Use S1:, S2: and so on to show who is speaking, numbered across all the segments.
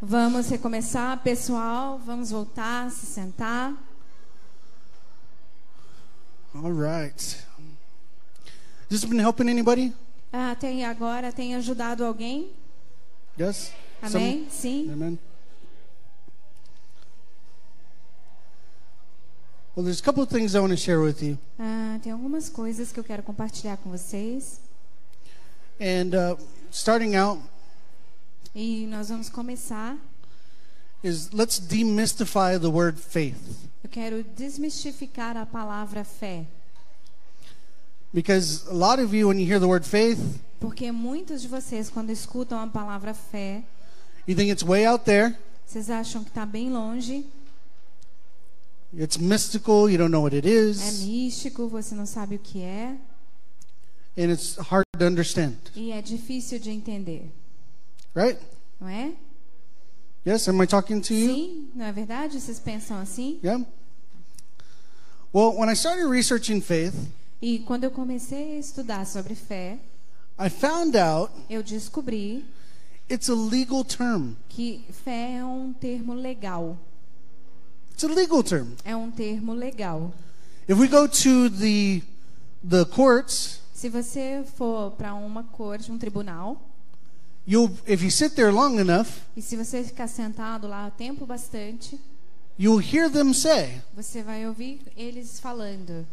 S1: Vamos recomeçar, pessoal. Vamos voltar, se sentar.
S2: All right. Has this been helping anybody?
S1: Ah, tem agora, tem ajudado alguém?
S2: Yes? Some-
S1: Amém? Sim.
S2: Amen. Well, there's a couple of things I want to share with you.
S1: Ah, tem algumas coisas que eu quero compartilhar com vocês.
S2: And uh, starting out
S1: E nós vamos começar.
S2: is let's demystify the word faith.
S1: Eu quero desmistificar a palavra fé.
S2: Because a lot of you, when you hear the word faith,
S1: Porque muitos de vocês, quando escutam a palavra fé,
S2: you think it's way out there,
S1: vocês acham que está bem longe,
S2: it's mystical, you don't know what it
S1: é
S2: is,
S1: místico, você não sabe o que é
S2: and it's hard to understand,
S1: e é difícil de entender,
S2: right?
S1: não é?
S2: Yes, am I talking to you?
S1: Sim, não é verdade? Vocês pensam assim?
S2: Yeah. Well, when I started researching faith,
S1: E quando eu comecei a estudar sobre fé,
S2: I found out
S1: eu descobri
S2: it's a legal term.
S1: que fé é um termo legal.
S2: It's a legal term.
S1: É um termo legal.
S2: If we go to the the courts,
S1: Se você for para uma corte, um tribunal,
S2: you'll if you sit there long enough,
S1: e se você ficar sentado lá tempo bastante,
S2: you'll hear them say,
S1: você vai ouvir eles falando.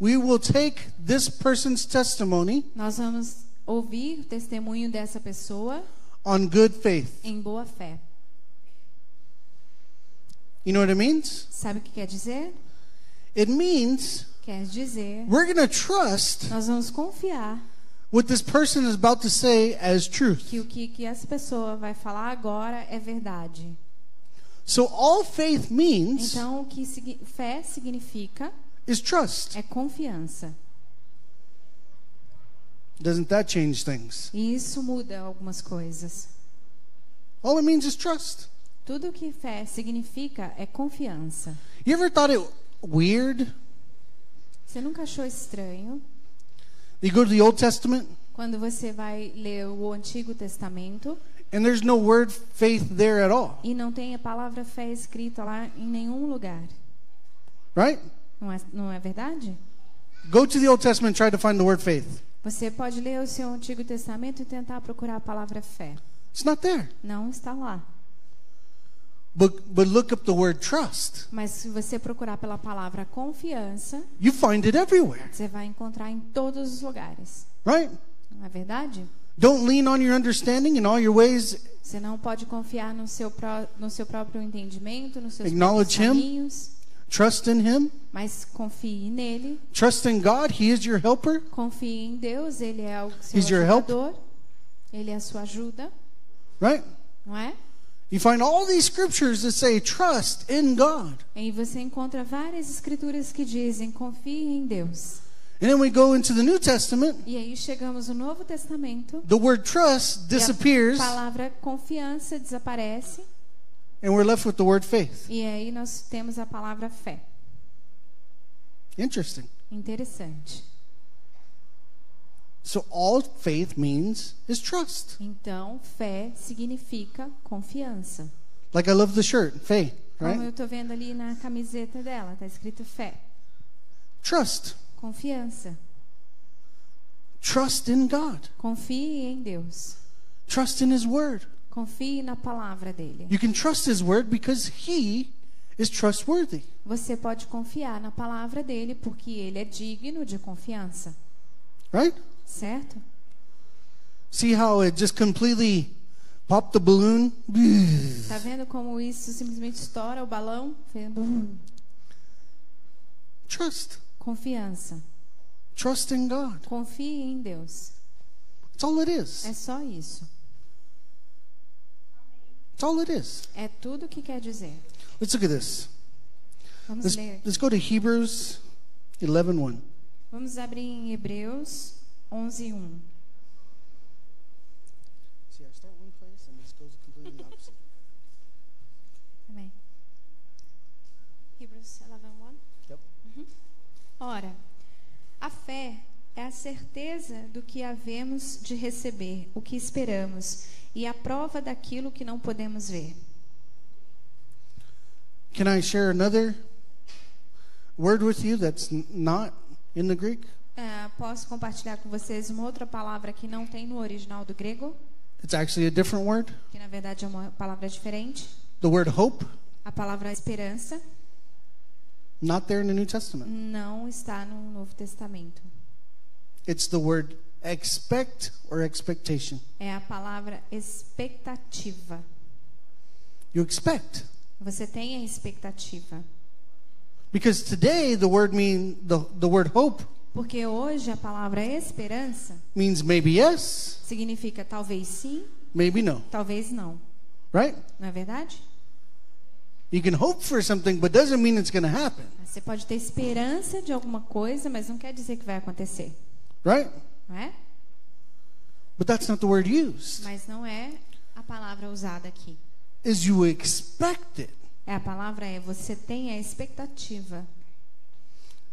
S2: "We will take this person's testimony
S1: Nós vamos ouvir o testemunho dessa pessoa
S2: on good faith."
S1: em boa fé.
S2: You know what it means?
S1: Sabe o que quer dizer?
S2: It means
S1: Quer dizer,
S2: we're going to trust
S1: nós vamos confiar
S2: what this person is about to say as truth.
S1: que o que, que essa pessoa vai falar agora é verdade.
S2: So all faith means
S1: Então, o que signi- fé significa
S2: is trust.
S1: é confiança.
S2: Doesn't that change things?
S1: E isso muda algumas coisas.
S2: All it means is trust.
S1: Tudo o que fé significa é confiança.
S2: You ever thought it weird?
S1: Você nunca achou estranho
S2: You go to the Old Testament
S1: quando você vai ler o Antigo Testamento
S2: and there's no word faith there at all,
S1: e não tem a palavra fé escrita lá em nenhum lugar?
S2: right?
S1: Não é, não é verdade?
S2: Go to the Old Testament and try to find the word faith.
S1: Você pode ler o seu Antigo Testamento e tentar procurar a palavra fé.
S2: It's not there.
S1: Não está lá.
S2: But but look up the word trust.
S1: Mas se você procurar pela palavra confiança,
S2: You find it everywhere,
S1: você vai encontrar em todos os lugares.
S2: right?
S1: Não é verdade?
S2: Don't lean on your understanding in all your ways.
S1: Você não pode confiar no seu, pró- no seu próprio entendimento, nos seus próprios
S2: Acknowledge him.
S1: caminhos,
S2: Trust in him.
S1: mas confie nele,
S2: Trust in God. He is your helper.
S1: confie em Deus, ele é o seu
S2: He's your help.
S1: ajudador, ele é a sua ajuda,
S2: Right?
S1: não é?
S2: You find all these scriptures that say trust in God.
S1: E você encontra várias escrituras que dizem confie em Deus.
S2: And then we go into the New Testament.
S1: E aí chegamos no Novo Testamento,
S2: The word trust
S1: a
S2: disappears
S1: palavra confiança desaparece,
S2: and we're left with the word faith.
S1: e aí nós temos a palavra fé.
S2: Interesting.
S1: Interessante.
S2: So all faith means is trust.
S1: Então, fé significa confiança.
S2: Like I love the shirt, faith,
S1: Como eu
S2: right?
S1: tô vendo ali na camiseta dela, tá escrito fé,
S2: Trust.
S1: confiança.
S2: Trust in God.
S1: Confie em Deus.
S2: Trust in his word.
S1: Confie na palavra dele.
S2: You can trust his word because he is trustworthy.
S1: Você pode confiar na palavra dele porque ele é digno de confiança,
S2: Right?
S1: certo?
S2: See how it just completely popped the balloon?
S1: Tá vendo como isso simplesmente estoura o balão? Vendo?
S2: Trust.
S1: Confiança.
S2: Trust in God.
S1: Confie em Deus.
S2: It's all it
S1: É
S2: is.
S1: só isso.
S2: It's all it is.
S1: É tudo o que quer dizer.
S2: Let's look at this.
S1: Vamos
S2: Let's,
S1: ler.
S2: let's go to Hebrews 11:1.
S1: Vamos abrir em Hebreus 11:1.
S2: See, I start one place and this goes completely opposite.
S1: Amém. Hebrews 11:1.
S2: Yep.
S1: Ora, a fé é a certeza do que havemos de receber, o que esperamos, e a prova daquilo que não podemos ver.
S2: Can I share another word with you that's n- not in the Greek?
S1: Ah, posso compartilhar com vocês uma outra palavra que não tem no original do grego,
S2: It's actually a different word.
S1: que na verdade é uma palavra diferente,
S2: The word hope,
S1: a palavra esperança.
S2: not there in the New Testament.
S1: não está no Novo Testamento.
S2: It's the word expect or expectation.
S1: É a palavra expectativa.
S2: You expect.
S1: Você tem a expectativa.
S2: Because today the word mean the, the word hope
S1: Porque hoje a palavra esperança
S2: means maybe yes,
S1: significa talvez sim,
S2: maybe no,
S1: talvez não.
S2: right?
S1: Não é verdade?
S2: You can hope for something but doesn't mean it's going to happen,
S1: Você pode ter esperança de alguma coisa, mas não quer dizer que vai acontecer,
S2: right?
S1: não é?
S2: But that's not the word used.
S1: Mas não é a palavra usada aqui.
S2: Is you expect it.
S1: É a palavra é você tem a expectativa.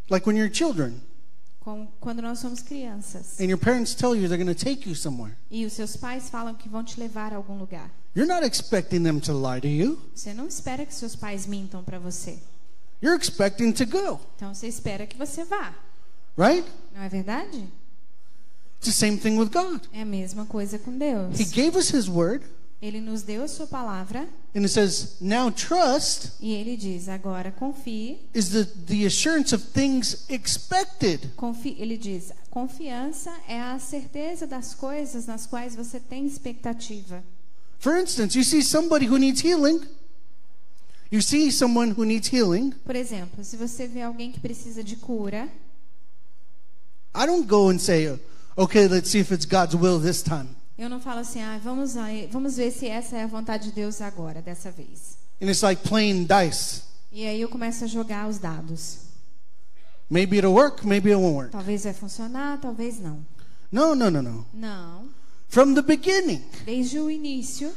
S2: Like when you're children
S1: Como quando nós somos crianças
S2: and your parents tell you they're going to take you somewhere.
S1: e os seus pais falam que vão te levar a algum lugar.
S2: You're not expecting them to lie to you.
S1: Você não espera que seus pais mintam para você.
S2: You're expecting to go,
S1: Então você espera que você vá.
S2: right?
S1: Não é verdade?
S2: It's the same thing with God.
S1: É a mesma coisa com Deus.
S2: He gave us his word
S1: Ele nos deu a sua palavra
S2: and it says, "Now trust
S1: e ele diz: agora confie.
S2: is the, the assurance of things expected.
S1: Confi ele diz: confiança é a certeza das coisas nas quais você tem expectativa.
S2: For instance, you see somebody who needs healing. You see someone who needs healing.
S1: Por exemplo, se você vê alguém que precisa de cura,
S2: I don't go and say, okay, let's see if it's God's will this time.
S1: eu não falo assim: ah, vamos, aí- vamos ver se essa é a vontade de Deus agora, dessa vez.
S2: And it's like playing dice.
S1: E aí eu começo a jogar os dados.
S2: Maybe it'll work, maybe it won't work.
S1: Talvez vai funcionar, talvez não.
S2: No, no, no, no.
S1: Não.
S2: From the beginning,
S1: Desde o início,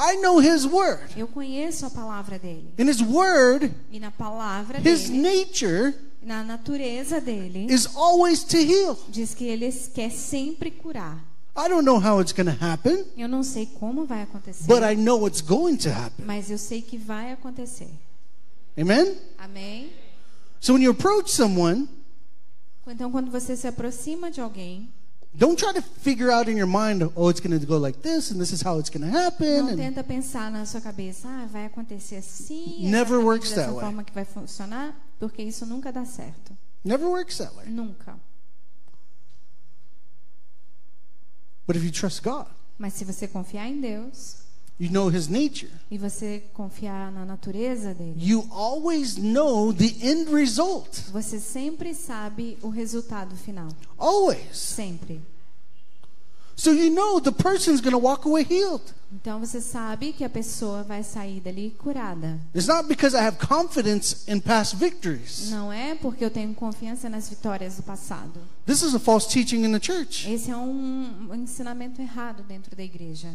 S2: I know His Word.
S1: eu conheço a palavra dele.
S2: And His Word,
S1: E na palavra
S2: His
S1: dele,
S2: nature,
S1: na natureza dele,
S2: is always to heal.
S1: diz que ele quer sempre curar.
S2: I don't know how it's going to happen,
S1: Eu não sei como vai acontecer,
S2: but I know it's going to happen.
S1: mas eu sei que vai acontecer.
S2: Amen?
S1: Amém?
S2: So when you approach someone,
S1: Então, quando você se aproxima de alguém,
S2: Don't try to figure out in your mind, oh, it's going to go like this, and this is how it's going to happen.
S1: não
S2: And
S1: tenta pensar na sua cabeça, ah, vai acontecer assim,
S2: Never
S1: exatamente
S2: works
S1: dessa
S2: that way.
S1: forma que vai funcionar, porque isso nunca dá certo.
S2: never works that way.
S1: Nunca.
S2: But if you trust God,
S1: Mas se você confiar em Deus
S2: you know His nature.
S1: e você confiar na natureza dele,
S2: You always know the end result.
S1: Você sempre sabe o resultado final.
S2: Always.
S1: Sempre.
S2: So you know the person's going to walk away healed.
S1: Então você sabe que a pessoa vai sair dali curada.
S2: It's not because I have confidence in past victories.
S1: Não é porque eu tenho confiança nas vitórias do passado.
S2: This is a false teaching in the church.
S1: Esse é um ensinamento errado dentro da igreja.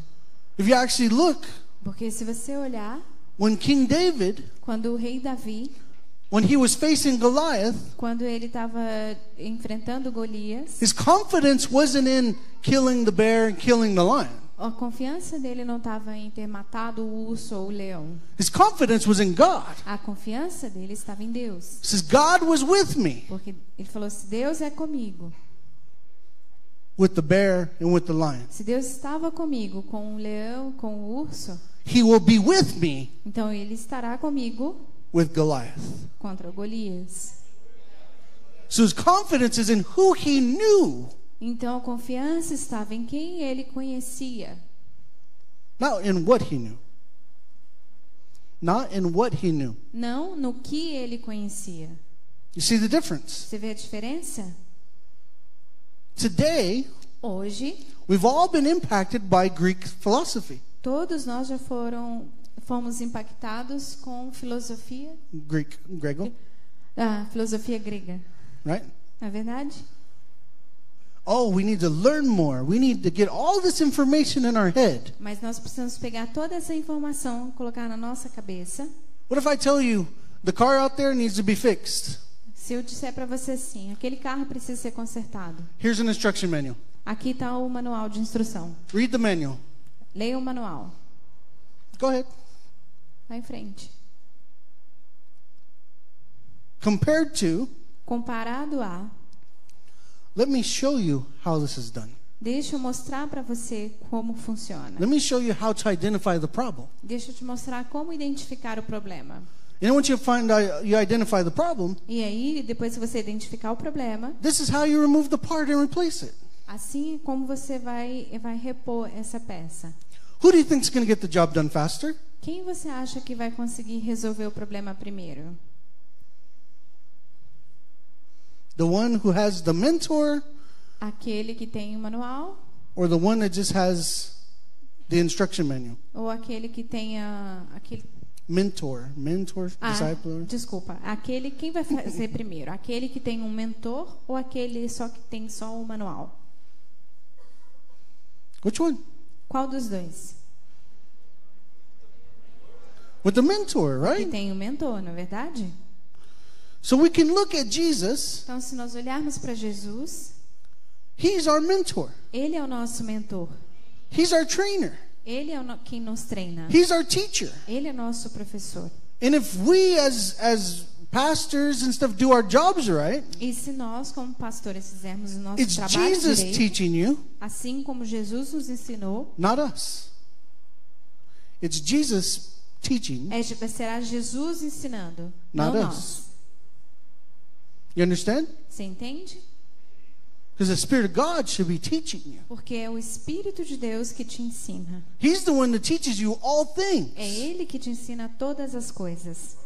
S2: If you actually look,
S1: Porque se você olhar,
S2: when King David,
S1: quando o rei Davi,
S2: when he was facing Goliath,
S1: quando ele estava enfrentando Golias,
S2: his confidence wasn't in killing the bear and killing the lion.
S1: a confiança dele não estava em ter matado o urso ou o leão.
S2: His confidence was in God.
S1: A confiança dele estava em Deus.
S2: He says, God was with me
S1: Porque ele falou: se Deus é comigo,
S2: with the bear and with the lion.
S1: Se Deus estava comigo com o leão, com o urso,
S2: He will be with me
S1: então ele estará comigo
S2: with Goliath.
S1: contra o Golias.
S2: So his confidence is in who he knew,
S1: Então a confiança estava em quem ele conhecia,
S2: not in what he knew. Not in what he knew.
S1: não no que ele conhecia.
S2: You see the difference?
S1: Você vê a diferença?
S2: Today,
S1: Hoje,
S2: we've all been impacted by Greek philosophy,
S1: todos nós já foram fomos impactados com filosofia,
S2: Greek, Grego,
S1: ah, filosofia grega.
S2: right?
S1: Na verdade,
S2: Oh, we need to learn more. We need to get all this information in our head.
S1: mas nós precisamos pegar toda essa informação, colocar na nossa cabeça.
S2: What if I tell you the car out there needs to be fixed?
S1: Se eu disser para você assim, aquele carro precisa ser consertado, tá
S2: Here's an instruction manual.
S1: Aqui está o manual de instrução.
S2: Read the manual.
S1: Leia o manual.
S2: Go ahead.
S1: Vai em frente.
S2: Compared to,
S1: Comparado a,
S2: let me show you how this is done.
S1: deixa eu mostrar para você como funciona.
S2: Let me show you how to identify the problem.
S1: Deixa eu te mostrar como identificar o problema.
S2: And once you find out, you identify the problem,
S1: E aí, depois que você identificar o problema,
S2: this is how you remove the part and replace it.
S1: assim é como você vai vai repor essa peça.
S2: Who do you think is going to get the job done faster?
S1: Quem você acha que vai conseguir resolver o problema primeiro?
S2: The one who has the mentor
S1: Aquele que tem o manual
S2: or the one that just has the instruction manual?
S1: ou aquele que tenha aquele
S2: Mentor, mentor,
S1: Ah,
S2: discipler.
S1: desculpa. Aquele quem vai fazer primeiro? Aquele que tem um mentor ou aquele só que tem só o manual?
S2: Which one?
S1: Qual dos dois?
S2: With the mentor,
S1: Que
S2: right?
S1: tem um mentor, não é verdade?
S2: So we can look at Jesus.
S1: Então, se nós olharmos para Jesus,
S2: He's our mentor.
S1: ele é o nosso mentor.
S2: He's our trainer.
S1: Ele é o no- quem nos treina.
S2: He's our teacher.
S1: Ele é nosso professor.
S2: And if we as as pastors and stuff do our jobs right,
S1: E se nós, como pastores, fizermos o nosso
S2: it's
S1: trabalho
S2: Jesus
S1: direito,
S2: teaching you,
S1: assim como Jesus nos ensinou,
S2: not us. It's Jesus teaching.
S1: é, de- será Jesus ensinando, não
S2: Not us.
S1: nós.
S2: You understand?
S1: Você entende?
S2: Because the Spirit of God should be teaching you.
S1: Porque é o Espírito de Deus que te ensina.
S2: He's the one that teaches you all
S1: É
S2: things.
S1: Ele que te ensina todas as coisas.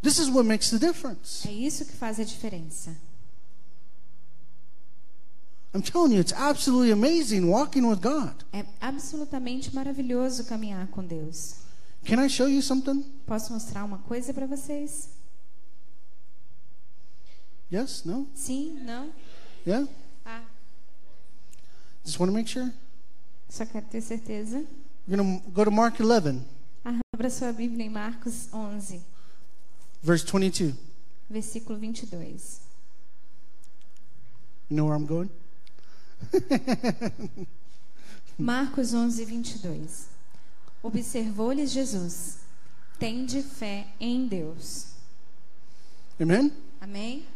S2: This is what makes the difference.
S1: É isso que faz a diferença.
S2: I'm telling you, it's absolutely amazing walking with God.
S1: É absolutamente maravilhoso caminhar com Deus.
S2: Can I show you something?
S1: Posso mostrar uma coisa para vocês?
S2: Yes? No?
S1: Sim? Não?
S2: Yeah?
S1: Ah,
S2: Just want to make sure.
S1: só quero ter certeza.
S2: We're going to go to Mark 11,
S1: Abra sua Bíblia em Marcos 11,
S2: verse 22. You
S1: versículo 22.
S2: know where I'm going?
S1: Marcos 11, 22. Observou-lhes Jesus. Tende fé em Deus.
S2: Amen?
S1: Amém?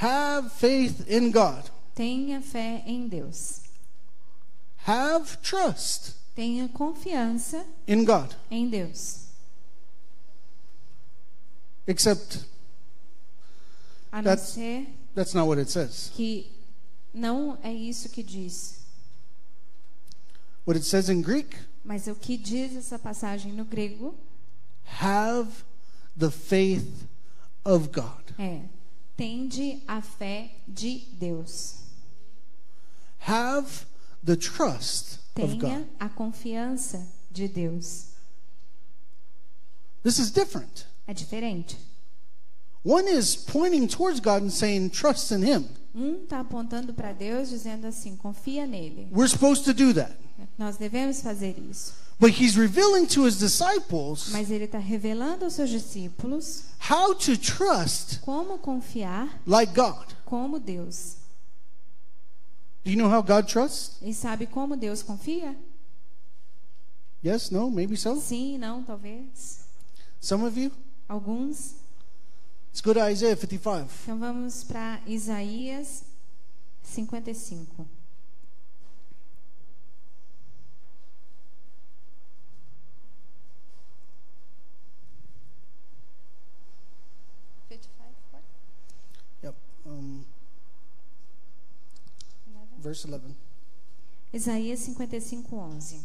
S2: Have faith in God.
S1: Tenha fé em Deus.
S2: Have trust
S1: Tenha confiança
S2: in God.
S1: em Deus.
S2: Except
S1: A não
S2: That's-
S1: ser
S2: that's not what it says.
S1: que não é isso que diz.
S2: What it says in Greek,
S1: Mas o que diz essa passagem no grego
S2: have the faith of God.
S1: é: tende a fé de Deus.
S2: Have the trust of
S1: Tenha
S2: God.
S1: a confiança de Deus.
S2: This is different.
S1: É diferente.
S2: One is pointing towards God and saying, trust in Him.
S1: Um está apontando para Deus, dizendo assim: confia nele.
S2: We're supposed to do that.
S1: Nós devemos fazer isso.
S2: But He's revealing to His disciples
S1: Mas ele está revelando aos seus discípulos
S2: how to trust
S1: como confiar
S2: like God.
S1: como Deus.
S2: Do you know how God trusts?
S1: E sabe como Deus confia?
S2: Yes, no, maybe so.
S1: Sim, não, talvez.
S2: Some of you?
S1: Alguns
S2: Let's go to Isaiah 55.
S1: Então vamos para Isaías 55.
S2: Yep. Um, verse 11.
S1: Isaías 55, 11.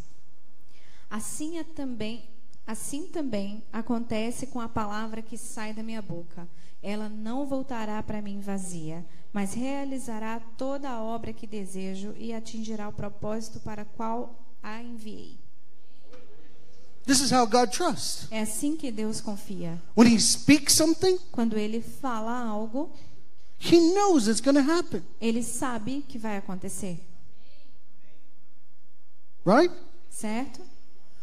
S1: Assim é também, assim também acontece com a palavra que sai da minha boca. Ela não voltará para mim vazia, mas realizará toda a obra que desejo e atingirá o propósito para qual a enviei.
S2: This is how God trusts.
S1: É assim que Deus confia.
S2: When He speaks something,
S1: Quando ele fala algo,
S2: He knows it's going to happen,
S1: ele sabe que vai acontecer,
S2: right?
S1: certo?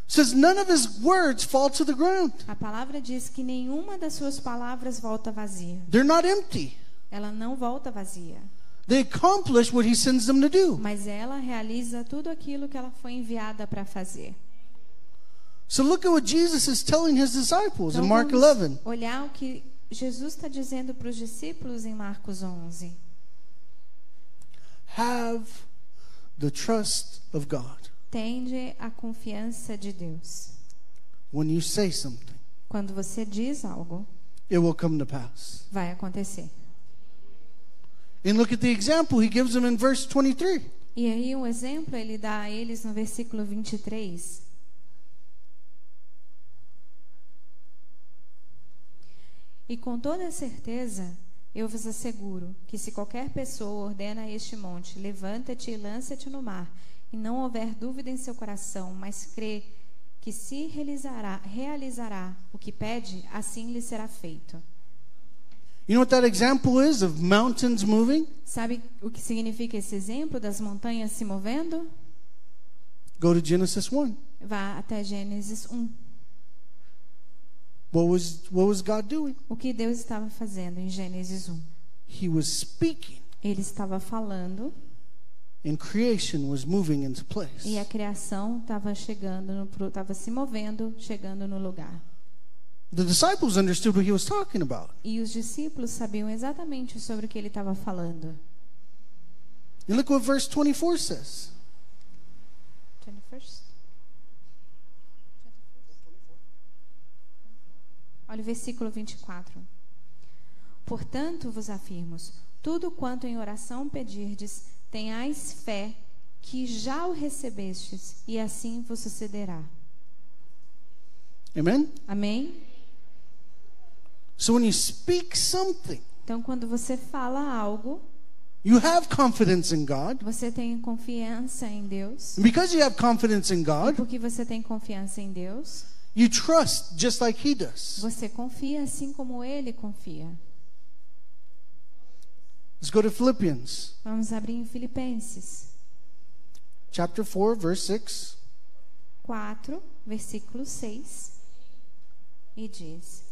S2: Says none of His words fall to the ground,
S1: A palavra diz que nenhuma das suas palavras volta vazia.
S2: they're not empty.
S1: Ela não volta vazia.
S2: They accomplish what he sends them to do.
S1: mas ela realiza tudo aquilo que ela foi enviada para fazer.
S2: So look at what Jesus is telling his disciples in
S1: Então,
S2: Mark
S1: vamos
S2: 11.
S1: Olhar o que Jesus está dizendo para os discípulos em Marcos 11.
S2: Have the trust of God
S1: Tende a confiança de Deus.
S2: when you say something.
S1: Quando você diz algo,
S2: it will come to pass.
S1: vai acontecer.
S2: And look at the example he gives them in verse 23.
S1: E aí um exemplo ele dá a eles no versículo 23. E com toda certeza, eu vos asseguro que se qualquer pessoa ordena a este monte, levanta-te e lança-te no mar, e não houver dúvida em seu coração, mas crê que se realizará, realizará o que pede, assim lhe será feito.
S2: You know what that example is of mountains moving?
S1: Sabe o que significa esse exemplo das montanhas se movendo?
S2: Go to Genesis 1.
S1: Vá até Gênesis 1.
S2: What was what was God doing?
S1: O que Deus estava fazendo em Gênesis 1?
S2: He was speaking
S1: Ele estava falando
S2: and creation was moving into place.
S1: e a criação estava chegando, no pro- estava se movendo, chegando no lugar.
S2: The disciples understood what he was talking about.
S1: E os discípulos sabiam exatamente sobre o que ele estava falando.
S2: And look what verse 24 says.
S1: Olha o versículo 24. Portanto, vos afirmos: tudo quanto em oração pedirdes, tenhais fé que já o recebestes, e assim vos sucederá.
S2: Amen.
S1: Amém?
S2: So when you speak something,
S1: Então, quando você fala algo,
S2: you have confidence in God.
S1: você tem confiança em Deus.
S2: And because you have confidence in
S1: E
S2: God,
S1: porque você tem confiança em Deus,
S2: you trust just like he does.
S1: você confia assim como ele confia.
S2: Let's go to Philippians
S1: Vamos abrir em Filipenses
S2: chapter 4 verse 6.
S1: 4, versículo 6, e diz: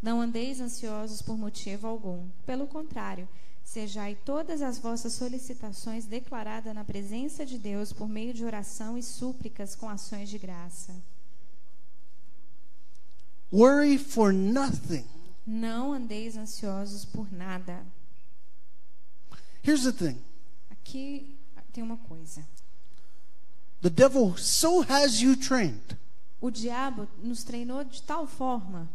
S1: Não andeis ansiosos por motivo algum. Pelo contrário, sejai todas as vossas solicitações declaradas na presença de Deus por meio de oração e súplicas com ações de graça.
S2: Worry for nothing.
S1: Não andeis ansiosos por nada.
S2: Here's the thing
S1: Aqui tem uma coisa.
S2: the devil so has you trained,
S1: O diabo nos treinou de tal forma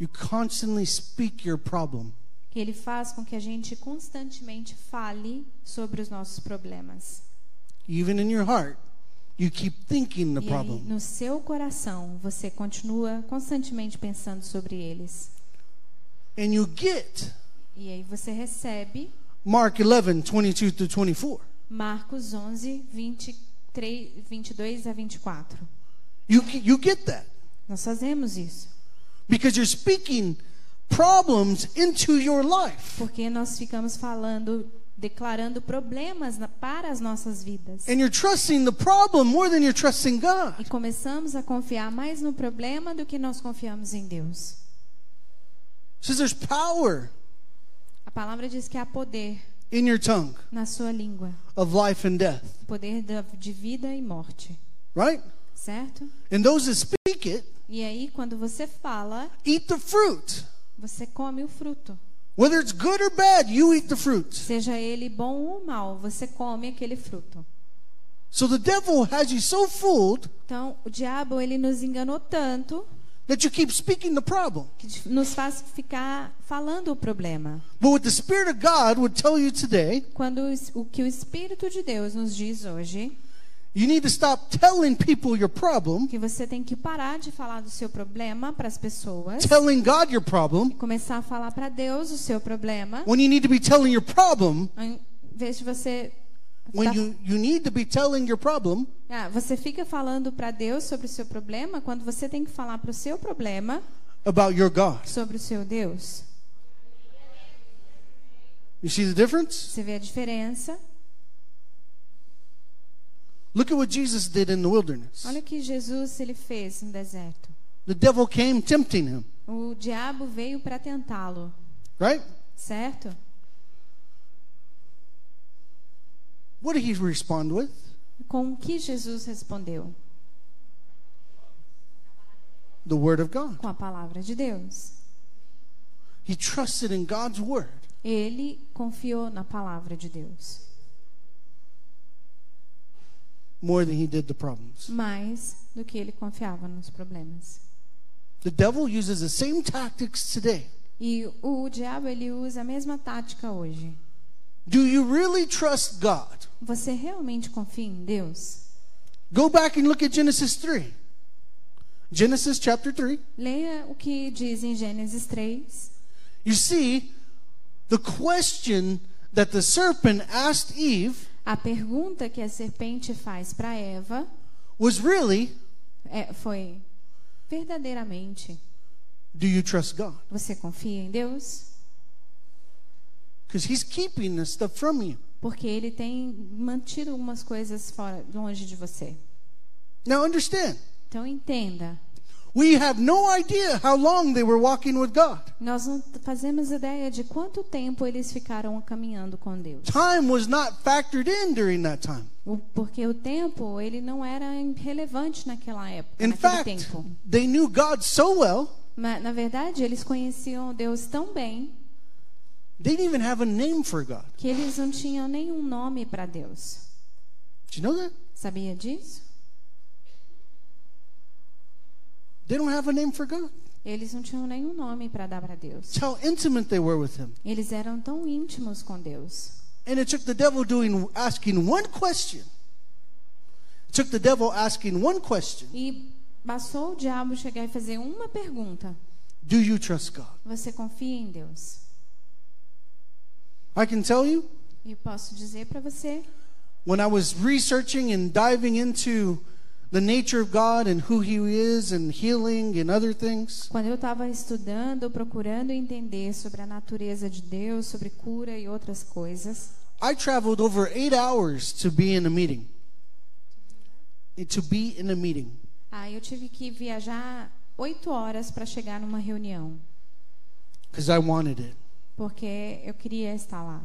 S2: you constantly speak your problem.
S1: que ele faz com que a gente constantemente fale sobre os nossos problemas.
S2: Even in your heart, you keep thinking the
S1: E aí,
S2: problem.
S1: no seu coração, você continua constantemente pensando sobre eles.
S2: And you get
S1: E aí você recebe
S2: Mark 11 22 through 24.
S1: Marcos 11, 23, 22 a 24.
S2: You, ge- you get that
S1: Nós fazemos isso
S2: because you're speaking problems into your life.
S1: porque nós ficamos falando, declarando problemas na- para as nossas vidas.
S2: And you're trusting the problem more than you're trusting God.
S1: E começamos a confiar mais no problema do que nós confiamos em Deus.
S2: Says there's power
S1: A palavra diz que há poder
S2: in your tongue
S1: na sua língua
S2: of life and death,
S1: poder da- de vida e morte,
S2: right?
S1: certo?
S2: And those that speak it
S1: E aí, quando você fala,
S2: eat the fruit.
S1: você come o fruto.
S2: Whether it's good or bad, you eat the fruit.
S1: Seja ele bom ou mau, você come aquele fruto.
S2: So the devil has you so fooled
S1: Então, o diabo, ele nos enganou tanto
S2: that you keep speaking the problem.
S1: que de- nos faz ficar falando o problema.
S2: But what the Spirit of God would tell you today,
S1: Quando o es- o que o Espírito de Deus nos diz hoje,
S2: you need to stop telling people your problem,
S1: que você tem que parar de falar do seu problema para as pessoas,
S2: telling God your
S1: e
S2: problem,
S1: começar a falar para Deus o seu problema,
S2: when you need to be telling your problem,
S1: em vez de você
S2: when
S1: tá-
S2: you, you need to be telling your problem
S1: Ah, você fica falando para Deus sobre o seu problema quando você tem que falar para o seu problema
S2: about your God.
S1: sobre o seu Deus.
S2: You see the difference?
S1: Você vê a diferença?
S2: Look at what Jesus did in the wilderness.
S1: Olha o que Jesus ele fez no deserto.
S2: The devil came tempting him,
S1: O diabo veio para tentá-lo,
S2: right?
S1: certo?
S2: What did he respond with?
S1: Com o que Jesus respondeu?
S2: The Word of God.
S1: Com a palavra de Deus.
S2: He trusted in God's Word.
S1: Ele confiou na palavra de Deus,
S2: more than he did the problems.
S1: mais do que ele confiava nos problemas.
S2: The devil uses the same tactics today.
S1: E o diabo ele usa a mesma tática hoje.
S2: Do you really trust God?
S1: Você realmente confia em Deus?
S2: Go back and look at Genesis 3. Genesis chapter 3.
S1: Leia o que diz em Gênesis 3.
S2: You see, the question that the serpent asked Eve
S1: A pergunta que a serpente faz para Eva
S2: was really,
S1: é, foi: verdadeiramente,
S2: do you trust God?
S1: você confia em Deus?
S2: Because he's keeping this stuff from you.
S1: Porque ele tem mantido algumas coisas fora, longe de você.
S2: Now understand,
S1: Então entenda.
S2: we have no idea how long they were walking with God.
S1: Nós não t- fazemos ideia de quanto tempo eles ficaram caminhando com Deus.
S2: Time was not factored in during that time.
S1: O- Porque o tempo, ele não era relevante naquela época,
S2: In
S1: naquele
S2: fact,
S1: tempo.
S2: they knew God so well,
S1: Na, na verdade, eles conheciam Deus tão bem
S2: they didn't even have a name for God.
S1: que eles não tinham nenhum nome para Deus.
S2: Do you know that?
S1: Sabia disso?
S2: They don't have a name for God.
S1: Eles não tinham nenhum nome para dar para Deus.
S2: It's how intimate they were with Him.
S1: Eles eram tão íntimos com Deus.
S2: And it took the devil doing asking one question. It took the devil asking one question.
S1: E bastou o diabo chegar e fazer uma pergunta:
S2: Do you trust God?
S1: Você confia em Deus?
S2: I can tell you,
S1: E posso dizer para você
S2: when I was researching and diving into the nature of God and who He is and healing and other things,
S1: Quando eu estava estudando, procurando entender sobre a natureza de Deus, sobre cura e outras coisas,
S2: I traveled over eight hours to be in a meeting. To be in a meeting.
S1: aí eu tive que viajar oito horas para chegar numa reunião,
S2: Because I wanted it.
S1: porque eu queria estar lá.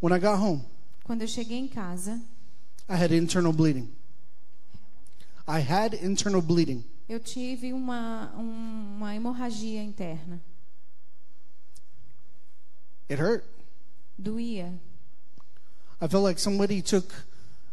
S2: When I got home,
S1: Quando eu cheguei em casa,
S2: I had internal bleeding. I had internal bleeding.
S1: eu tive uma, um- uma hemorragia interna.
S2: It hurt.
S1: Doía.
S2: I felt like somebody took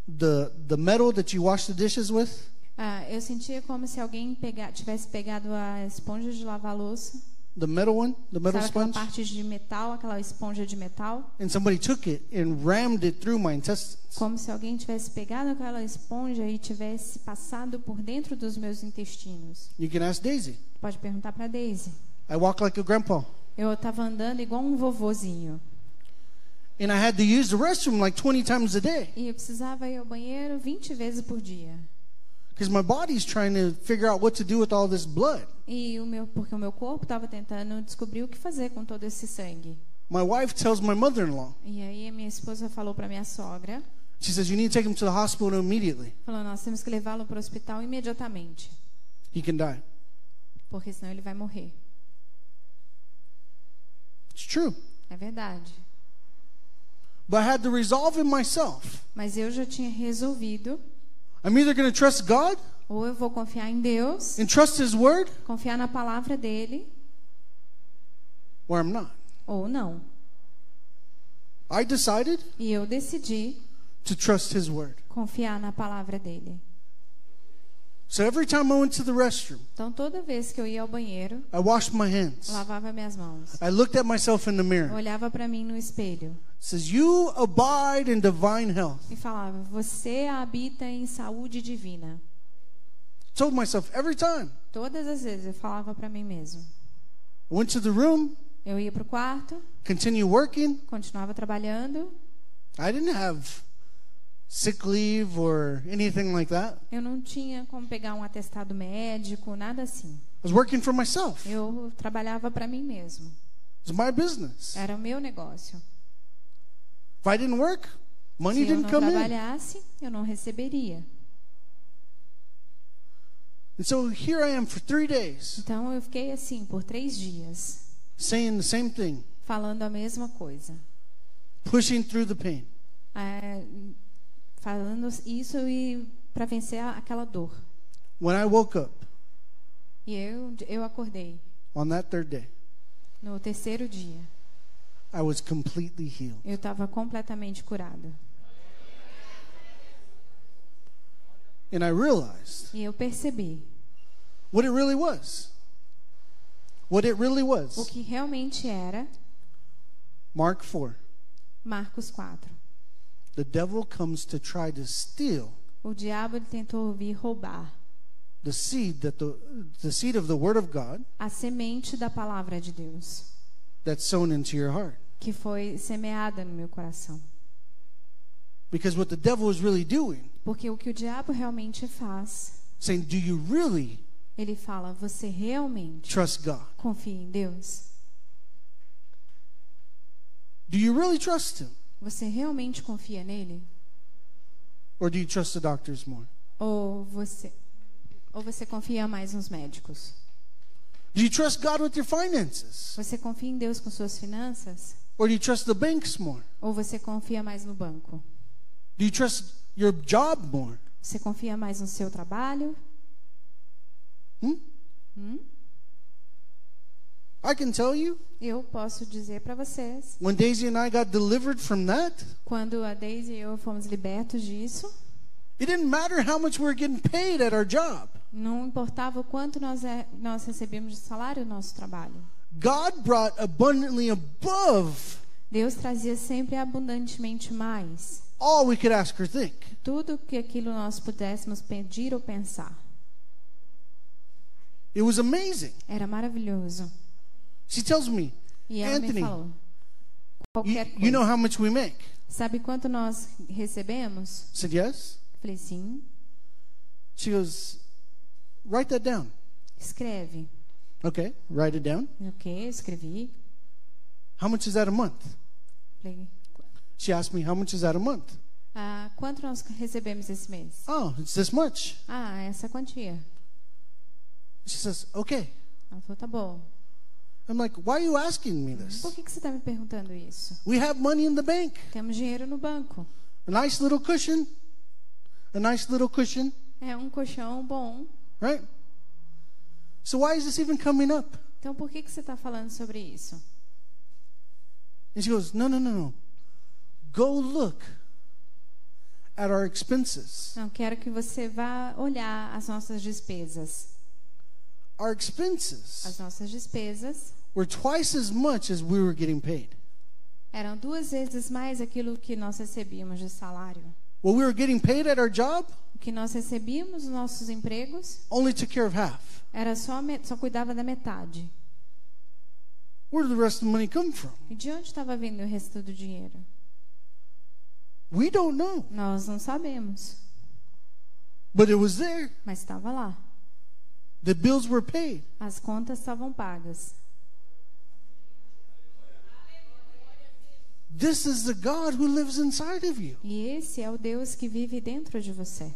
S2: the the metal that you wash the dishes with
S1: Ah, eu sentia como se alguém pega, tivesse pegado a esponja de lavar louça,
S2: the metal one, the metal
S1: sabe aquela
S2: sponge,
S1: parte de metal, aquela esponja de metal,
S2: and somebody took it and rammed it through my intestines.
S1: Como se alguém tivesse pegado aquela esponja e tivesse passado por dentro dos meus intestinos.
S2: You can ask Daisy.
S1: Pode perguntar para Daisy.
S2: I walk like a grandpa,
S1: Eu estava andando igual um vovozinho.
S2: and I had to use the restroom like 20 times a day
S1: E eu precisava ir ao banheiro 20 vezes por dia.
S2: because my body's trying to figure out what to do with all this blood.
S1: E o meu, porque o meu corpo estava tentando descobrir o que fazer com todo esse sangue.
S2: My wife tells my mother-in-law,
S1: E aí a minha esposa falou para minha sogra,
S2: she says, "You need to take him to the hospital immediately.
S1: falou: "Nós temos que levá-lo para o hospital imediatamente,
S2: He can die."
S1: porque senão ele vai morrer".
S2: It's true.
S1: É verdade.
S2: But I had to resolve in myself.
S1: Mas eu já tinha resolvido,
S2: I'm either going to trust God
S1: ou eu vou confiar em Deus,
S2: and trust His word,
S1: confiar na palavra dele
S2: or I'm not.
S1: ou não.
S2: I decided
S1: E eu decidi
S2: to trust His word.
S1: confiar na palavra dele.
S2: So every time I went to the restroom,
S1: Então toda vez que eu ia ao banheiro,
S2: I washed my hands.
S1: lavava minhas mãos.
S2: I looked at myself in the mirror. It
S1: Olhava para mim no espelho
S2: says, "You abide in divine health."
S1: e falava: "Você habita em saúde divina".
S2: told myself every time.
S1: Todas as vezes eu falava para mim mesmo.
S2: I went to the room,
S1: Eu ia para o quarto,
S2: continue working.
S1: continuava trabalhando.
S2: I didn't have sick leave or anything like that.
S1: Eu não tinha como pegar um atestado médico, nada assim.
S2: I was working for myself. It
S1: Eu trabalhava para mim mesmo.
S2: was my business.
S1: Era o meu negócio.
S2: If I didn't work, money
S1: Se eu
S2: didn't
S1: não
S2: come in.
S1: trabalhasse, eu não receberia.
S2: And so here I am for three days
S1: Então eu fiquei assim por três dias,
S2: saying the same thing.
S1: falando a mesma coisa.
S2: pushing through the pain.
S1: é, falando isso e para vencer a- aquela dor.
S2: When I woke up
S1: E eu, eu acordei
S2: on that third day,
S1: no terceiro dia.
S2: I was completely healed.
S1: Eu estava completamente curada.
S2: And I realized
S1: E eu percebi
S2: what it really was. What it really
S1: o
S2: was.
S1: que realmente era
S2: Mark 4.
S1: Marcos 4.
S2: The devil comes to try to steal
S1: O diabo ele tentou vir roubar
S2: the seed that the the seed of the word of God
S1: a semente da palavra de Deus,
S2: that's sown into your heart.
S1: que foi semeada no meu coração.
S2: Because what the devil is really doing,
S1: Porque o que o diabo realmente faz,
S2: saying, "Do you really
S1: ele fala: Você realmente
S2: trust God?
S1: confia em Deus?
S2: Do you really trust him
S1: Você realmente confia nele?
S2: or do you trust the doctors more?
S1: Ou você, ou você confia mais nos médicos?
S2: Do you trust God with your finances
S1: Você confia em Deus com suas finanças?
S2: or do you trust the banks more?
S1: Ou você confia mais no banco?
S2: Do you trust your job more?
S1: Você confia mais no seu trabalho?
S2: Hmm? I can tell you,
S1: Eu posso dizer para vocês,
S2: when Daisy and I got delivered from that,
S1: quando a Daisy e eu fomos libertos disso,
S2: it didn't matter how much we were getting paid at our job.
S1: não importava o quanto nós, é- nós recebíamos de salário o nosso trabalho.
S2: God brought abundantly above
S1: Deus trazia sempre abundantemente mais,
S2: all we could ask or think.
S1: tudo que aquilo nós pudéssemos pedir ou pensar.
S2: It was amazing.
S1: Era maravilhoso.
S2: She tells me,
S1: E ela
S2: Anthony,
S1: me falou,
S2: you,
S1: qualquer coisa.
S2: you know how much we make? I
S1: Sabe quanto nós recebemos?
S2: said, yes.
S1: Falei, sim,
S2: She goes, write that down.
S1: escreve.
S2: Okay, write it down.
S1: Ok, escrevi.
S2: How much is that a month?
S1: Falei,
S2: She asked me, how much is that a month?
S1: ah, quanto nós recebemos esse mês?
S2: Oh, it's this much.
S1: Ah, essa quantia.
S2: She says, okay.
S1: Ela falou, tá bom.
S2: I'm like, why are you asking me
S1: Por
S2: this?
S1: que, que você está me perguntando isso?
S2: We have money in the bank.
S1: Temos dinheiro no banco.
S2: A nice little cushion. A nice little cushion,
S1: É um colchão bom.
S2: right? So why is this even coming up?
S1: Então por que, que você está falando sobre isso?
S2: And she goes, No, no, no, no. Go look at our expenses.
S1: Não, quero que você vá olhar as nossas despesas.
S2: Our
S1: As
S2: expenses
S1: nossas despesas
S2: were twice as much as we were getting paid.
S1: eram duas vezes mais aquilo que nós recebíamos de salário.
S2: What we were getting paid at our job
S1: O que nós recebíamos nos nossos empregos
S2: only took care of half.
S1: era só, me- só cuidava da metade.
S2: Where did the rest of the money come from?
S1: E de onde estava vindo o resto do dinheiro?
S2: We don't know.
S1: Nós não sabemos,
S2: But it was there.
S1: mas estava lá.
S2: The bills were paid.
S1: As contas estavam pagas.
S2: This is the God who lives inside of you.
S1: E esse é o Deus que vive dentro de você.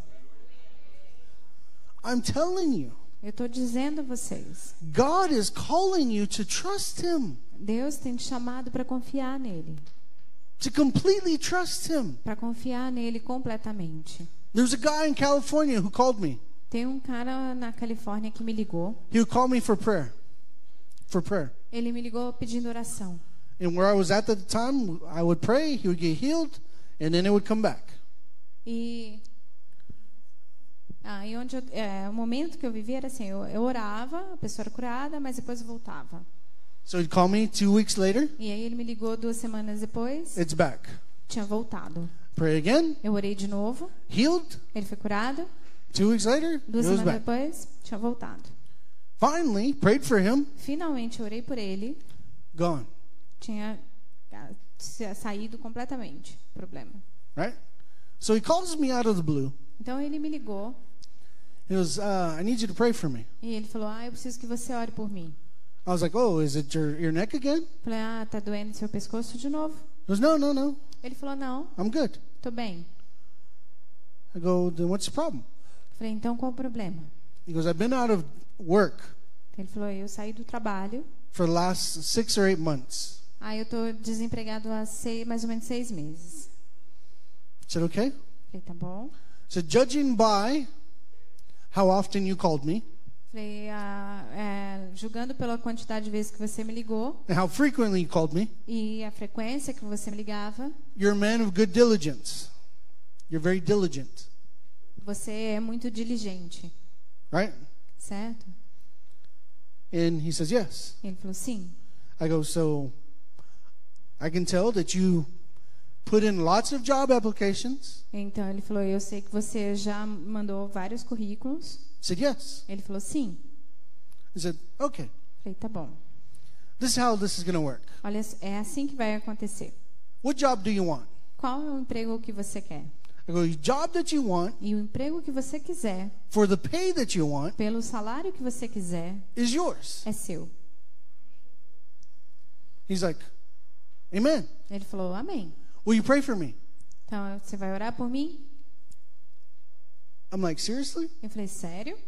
S2: I'm telling you,
S1: Eu estou dizendo a vocês,
S2: God is calling you to trust Him,
S1: Deus tem te chamado para confiar nele,
S2: to completely trust Him.
S1: para confiar nele completamente.
S2: There's a guy in California who called me.
S1: Tem um cara na Califórnia que me ligou.
S2: He would call me for prayer. For prayer.
S1: Ele me ligou pedindo oração.
S2: And where I was at at the time, I would pray, he would get healed, and then it would come back.
S1: E aí onde eu, é, o momento que eu vivia era assim, eu, eu orava, a pessoa era curada, mas depois eu voltava.
S2: So he'd call me two weeks later,
S1: E aí ele me ligou duas semanas depois,
S2: it's back.
S1: tinha voltado.
S2: Pray again,
S1: Eu orei de novo,
S2: healed.
S1: ele foi curado.
S2: Two weeks later, it
S1: Duas
S2: was
S1: semanas
S2: back.
S1: depois, tinha voltado.
S2: Finally, prayed for him,
S1: Finalmente eu orei por ele,
S2: gone.
S1: tinha ah, sa- saído completamente o problema.
S2: Right? So he calls me out of the blue.
S1: Então ele me ligou
S2: He goes, uh, I need you to pray for me.
S1: e ele falou: "Ah, eu preciso que você ore por mim".
S2: I was like, Oh, is it your, your neck again?
S1: Falei: "Ah, tá doendo seu pescoço de novo?".
S2: He goes, No, no, no.
S1: Ele falou: "Não,
S2: I'm good.
S1: tô bem".
S2: I go, Then what's the problem?
S1: Falei: "Então qual o problema?".
S2: He goes, I've been out of work
S1: Ele falou: "Eu saí do trabalho
S2: for the last six or eight months.
S1: Aí eu tô desempregado há seis, mais ou menos seis meses.
S2: I said, okay.
S1: Falei, tá bom.
S2: So, judging by how often you called me
S1: Falei, ah, é, julgando pela quantidade de vezes que você me ligou
S2: and how frequently you called me,
S1: e a frequência que você me ligava,
S2: you're a man of good diligence. You're very diligent,
S1: você é muito diligente,
S2: right?
S1: certo?
S2: And he says, yes.
S1: Ele falou, sim.
S2: I go, so I can tell that you put in lots of job applications.
S1: Então ele falou, eu sei que você já mandou vários currículos.
S2: I said, yes.
S1: Ele falou, sim.
S2: I said, okay.
S1: Falei, tá bom.
S2: This is how this is going to work.
S1: Olha, é assim que vai acontecer.
S2: What job do you want?
S1: Qual é o emprego que você quer?
S2: I go, the job that you want
S1: E o emprego que você quiser,
S2: for the pay that you want
S1: pelo salário que você quiser,
S2: is yours.
S1: é seu.
S2: He's like, Amen.
S1: Ele falou, amém.
S2: Will you pray for me?
S1: Então você vai orar por mim?
S2: I'm like, seriously?
S1: Eu falei, sério?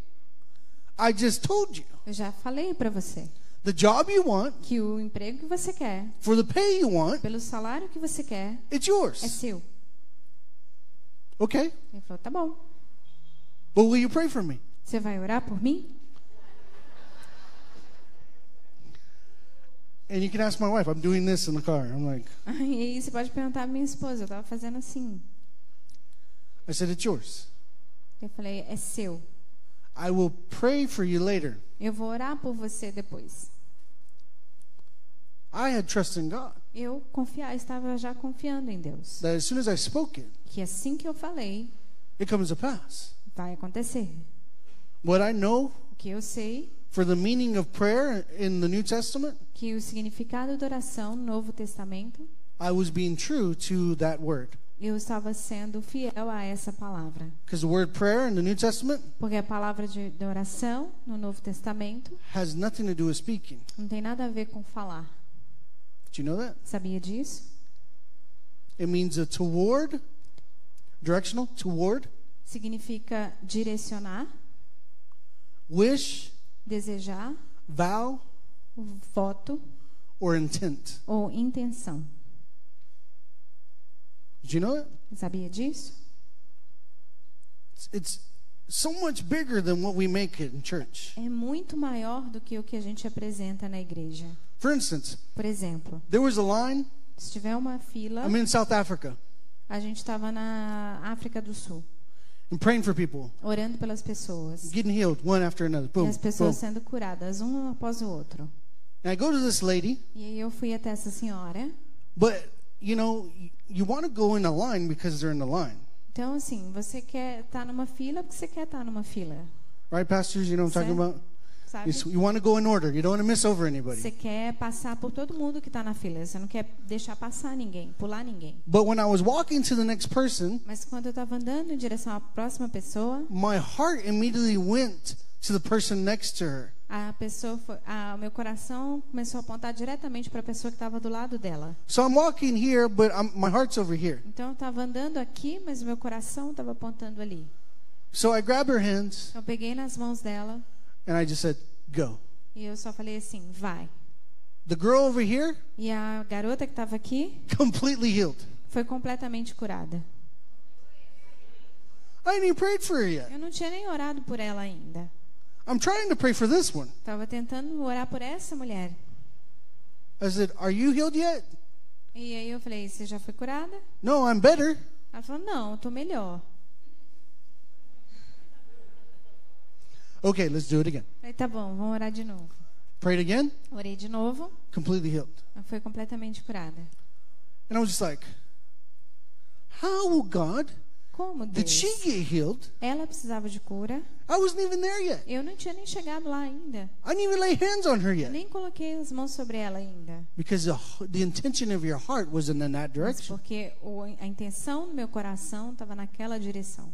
S2: I just told you
S1: Eu já falei pra você
S2: the job you want
S1: que o emprego que você quer,
S2: for the pay you want,
S1: pelo salário que você quer,
S2: it's
S1: é
S2: yours.
S1: seu.
S2: Okay,
S1: Ele falou, tá bom.
S2: but will you pray for me?
S1: Você vai orar por mim?
S2: And you can ask my wife. I'm doing this in the car. I'm like,
S1: E aí você pode perguntar à minha esposa, eu tava fazendo assim.
S2: I said, it's yours.
S1: Eu falei, é seu.
S2: I will pray for you later.
S1: Eu vou orar por você depois.
S2: I had trust in God
S1: Eu confiar, estava já confiando em Deus.
S2: that as soon as I spoke it,
S1: Que assim que eu falei,
S2: it comes to pass.
S1: vai acontecer.
S2: What I know
S1: O que eu sei
S2: for the meaning of prayer in the New Testament,
S1: que o significado da oração no Novo Testamento,
S2: I was being true to that word.
S1: eu estava sendo fiel a essa palavra.
S2: Because the word prayer in the New Testament
S1: Porque a palavra de, da oração no Novo Testamento
S2: has nothing to do with speaking.
S1: não tem nada a ver com falar.
S2: Do you know that?
S1: Sabia disso?
S2: It means a toward, directional, toward,
S1: Significa direcionar,
S2: wish,
S1: desejar,
S2: vow,
S1: voto
S2: or intent.
S1: ou intenção.
S2: Did you know that?
S1: Sabia disso?
S2: It's, it's so much bigger than what we make it in church.
S1: É muito maior do que o que a gente apresenta na igreja.
S2: For instance,
S1: Por exemplo,
S2: there was a line.
S1: se tiver uma fila,
S2: I'm in South Africa
S1: a gente estava na África do Sul,
S2: and praying for people,
S1: orando pelas pessoas,
S2: getting healed one after another.
S1: e
S2: Boom,
S1: as
S2: boom.
S1: pessoas sendo curadas um após o outro.
S2: And I go to this lady,
S1: E aí eu fui até essa senhora.
S2: but you know, you, you want to go in a line because they're in the line,
S1: Então, assim, você quer estar numa fila porque você quer estar numa fila,
S2: right, pastors? You know what I'm talking
S1: Sir?
S2: about.
S1: sabe?
S2: You, s- you want to go in order. You don't want to miss over anybody.
S1: Você quer passar por todo mundo que está na fila. Você não quer deixar passar ninguém, pular ninguém.
S2: But when I was walking to the next person,
S1: Mas quando eu estava andando em direção à próxima pessoa,
S2: my heart immediately went to the person next to her.
S1: a pessoa, foi, a, o meu coração começou a apontar diretamente para a pessoa que estava do lado dela.
S2: So I'm walking here, but I'm, my heart's over here.
S1: Então eu estava andando aqui, mas o meu coração estava apontando ali.
S2: So I grabbed her hands
S1: Então, Eu peguei nas mãos dela
S2: and I just said, "Go."
S1: e eu só falei assim, vai.
S2: The girl over here
S1: E a garota que estava aqui
S2: completely healed.
S1: foi completamente curada.
S2: I ain't even prayed for her yet.
S1: Eu não tinha nem orado por ela ainda.
S2: I'm trying to pray for this one.
S1: Estava tentando orar por essa mulher.
S2: I said, "Are you healed yet?"
S1: E aí eu falei, você já foi curada?
S2: No, I'm better.
S1: Ela falou, não, eu tô melhor.
S2: Okay, let's do it again.
S1: Eu falei, tá bom, vamos orar de novo.
S2: Prayed again,
S1: Orei de novo,
S2: completely healed.
S1: ela foi completamente curada.
S2: And I was just like, "How will God?
S1: Como
S2: Did
S1: Deus?
S2: she get healed?
S1: Ela precisava de cura.
S2: I wasn't even there yet.
S1: Eu não tinha nem chegado lá ainda.
S2: I didn't even lay hands on her
S1: Eu
S2: yet."
S1: nem coloquei as mãos sobre ela ainda.
S2: Because the, the intention of your heart was in that
S1: Mas
S2: direction.
S1: porque o, a intenção do meu coração estava naquela direção.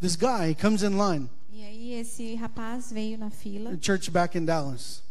S2: This guy comes in line
S1: E aí esse rapaz veio na fila
S2: at church back in Dallas.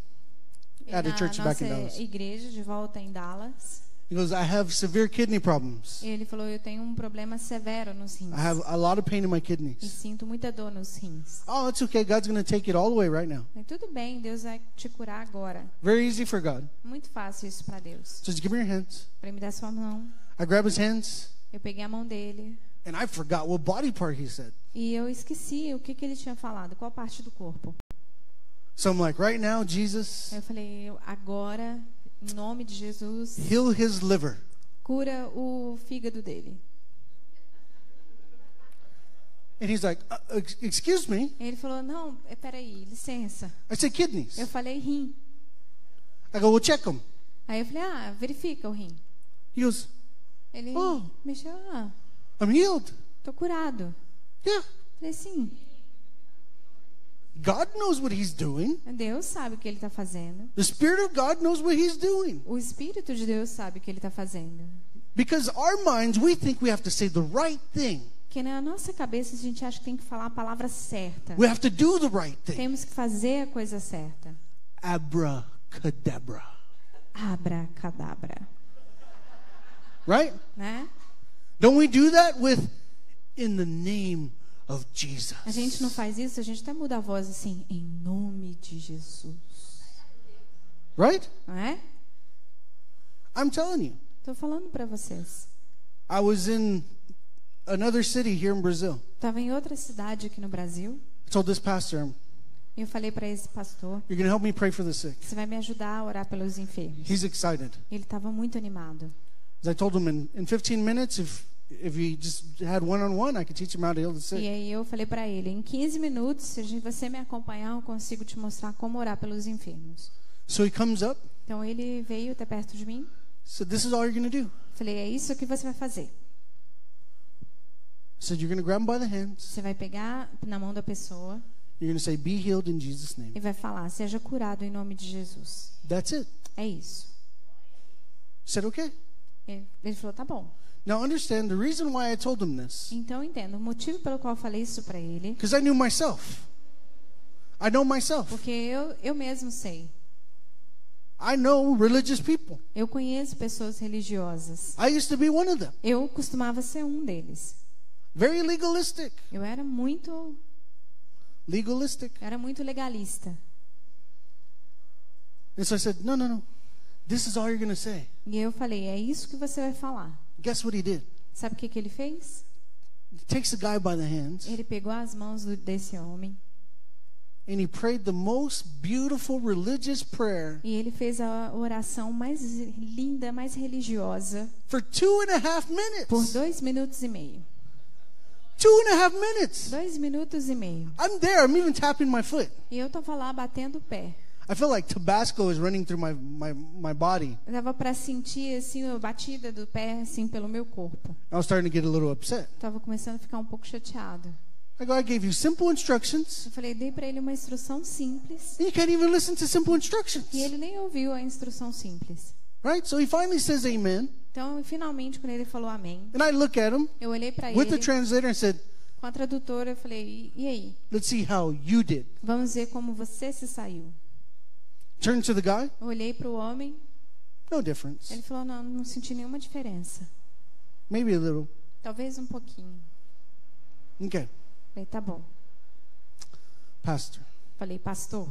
S1: na
S2: At a church back in
S1: nossa
S2: Dallas.
S1: igreja de volta em Dallas.
S2: He goes, I have severe kidney problems.
S1: Ele falou: Eu tenho um problema severo nos rins.
S2: I have a lot of pain in my
S1: E
S2: kidneys.
S1: sinto muita dor nos rins.
S2: Oh, it's okay. God's going to take it all away right now.
S1: Falei, Tudo bem, Deus vai te curar agora.
S2: Very easy for God.
S1: Muito fácil isso para Deus.
S2: Just give me your hands.
S1: Para me dar sua mão,
S2: I grab his hands,
S1: eu peguei a mão dele
S2: and I forgot what body part he said.
S1: e eu esqueci o que, que ele tinha falado, qual parte do corpo.
S2: So I'm like, right now, Jesus,
S1: Aí Eu falei: "Eu- Agora, em nome de Jesus,
S2: heal his liver.
S1: cura o fígado dele.
S2: And he's like, uh, ex- excuse me.
S1: Ele falou: Não, é, peraí, licença.
S2: I said, kidneys.
S1: Eu falei: Rim.
S2: I go, well, check them.
S1: Aí eu falei: Ah, verifica o rim.
S2: He goes,
S1: Ele
S2: Oh.
S1: mexeu: Ah,
S2: I'm healed.
S1: tô curado.
S2: Yeah.
S1: Falei: Sim,
S2: God knows what he's doing.
S1: Deus sabe o que ele está fazendo.
S2: The Spirit of God knows what he's doing.
S1: O Espírito de Deus sabe o que ele está fazendo.
S2: Because our minds, we think we have to say the right thing.
S1: Porque na nossa cabeça a gente acha que tem que falar a palavra certa.
S2: We have to do the right thing.
S1: Temos que fazer a coisa certa.
S2: Abracadabra.
S1: Abracadabra.
S2: Right?
S1: Né?
S2: Don't we do that with in the name of Jesus?
S1: A gente não faz isso, a gente até muda a voz assim, em nome de Jesus.
S2: Right?
S1: Não é?
S2: I'm telling you.
S1: Tô falando pra vocês.
S2: I was in another city here in Brazil.
S1: Tava em outra cidade aqui no Brasil
S2: I told this pastor,
S1: e eu falei pra esse pastor:
S2: You're going to help me pray for the sick.
S1: você vai me ajudar a orar pelos enfermos.
S2: He's excited.
S1: Ele tava muito animado.
S2: As I told him, in, in 15 minutes, if if he just had one on one, I could teach him how to heal the sick.
S1: E aí eu falei pra ele: em 15 minutos, se a gente- você me acompanhar, eu consigo te mostrar como orar pelos enfermos.
S2: So he comes up,
S1: Então ele veio até perto de mim.
S2: said, This is all you're going to do.
S1: Falei, é isso que você vai fazer.
S2: said, You're going to grab him by the hands.
S1: Você vai pegar na mão da pessoa
S2: You're going to say, Be healed in Jesus' name.
S1: e vai falar: seja curado em nome de Jesus.
S2: That's it.
S1: É isso.
S2: said, Okay.
S1: Ele ele falou: tá bom.
S2: Now understand the reason why I told him this,
S1: Então eu entendo o motivo pelo qual eu falei isso pra ele,
S2: because I knew myself. I know myself.
S1: porque eu eu mesmo sei.
S2: I know religious people.
S1: Eu conheço pessoas religiosas.
S2: I used to be one of them.
S1: Eu costumava ser um deles.
S2: Very legalistic.
S1: Eu era muito,
S2: Legalistic.
S1: era muito legalista.
S2: And so I said, No, no, no. This is all you're going to say.
S1: E eu falei: é isso que você vai falar.
S2: Guess what he did?
S1: Sabe o que, que ele fez?
S2: He takes the guy by the hands.
S1: Ele pegou as mãos do- desse homem
S2: and he prayed the most beautiful religious prayer
S1: e ele fez a oração mais linda, mais religiosa
S2: for two and a half
S1: por
S2: minutes.
S1: dois minutos e meio.
S2: Two and a half minutes.
S1: Dois minutos e meio.
S2: I'm there. I'm even tapping my foot.
S1: E eu tava lá batendo o pé.
S2: I feel like Tabasco is running through my, my, my body.
S1: Eu tava pra sentir assim a batida do pé assim pelo meu corpo.
S2: I was starting to get a little upset.
S1: Tava começando a ficar um pouco chateado.
S2: I go, I gave you simple instructions.
S1: Eu falei, dei pra ele uma instrução simples
S2: And you can't even listen to simple
S1: e
S2: instructions.
S1: ele nem ouviu a instrução simples.
S2: Right? So he finally says amen.
S1: Então, finalmente quando ele falou amém,
S2: And I look at him
S1: eu olhei pra
S2: with the
S1: ele
S2: translator and said,
S1: com a tradutora, eu falei, e, e aí?
S2: Let's see how you did.
S1: Vamos ver como você se saiu.
S2: Turn to the guy.
S1: Eu olhei pro homem,
S2: No difference.
S1: ele falou, não, não senti nenhuma diferença.
S2: Maybe a little.
S1: Talvez um pouquinho.
S2: Okay.
S1: Falei, tá bom.
S2: Pastor,
S1: Falei, pastor,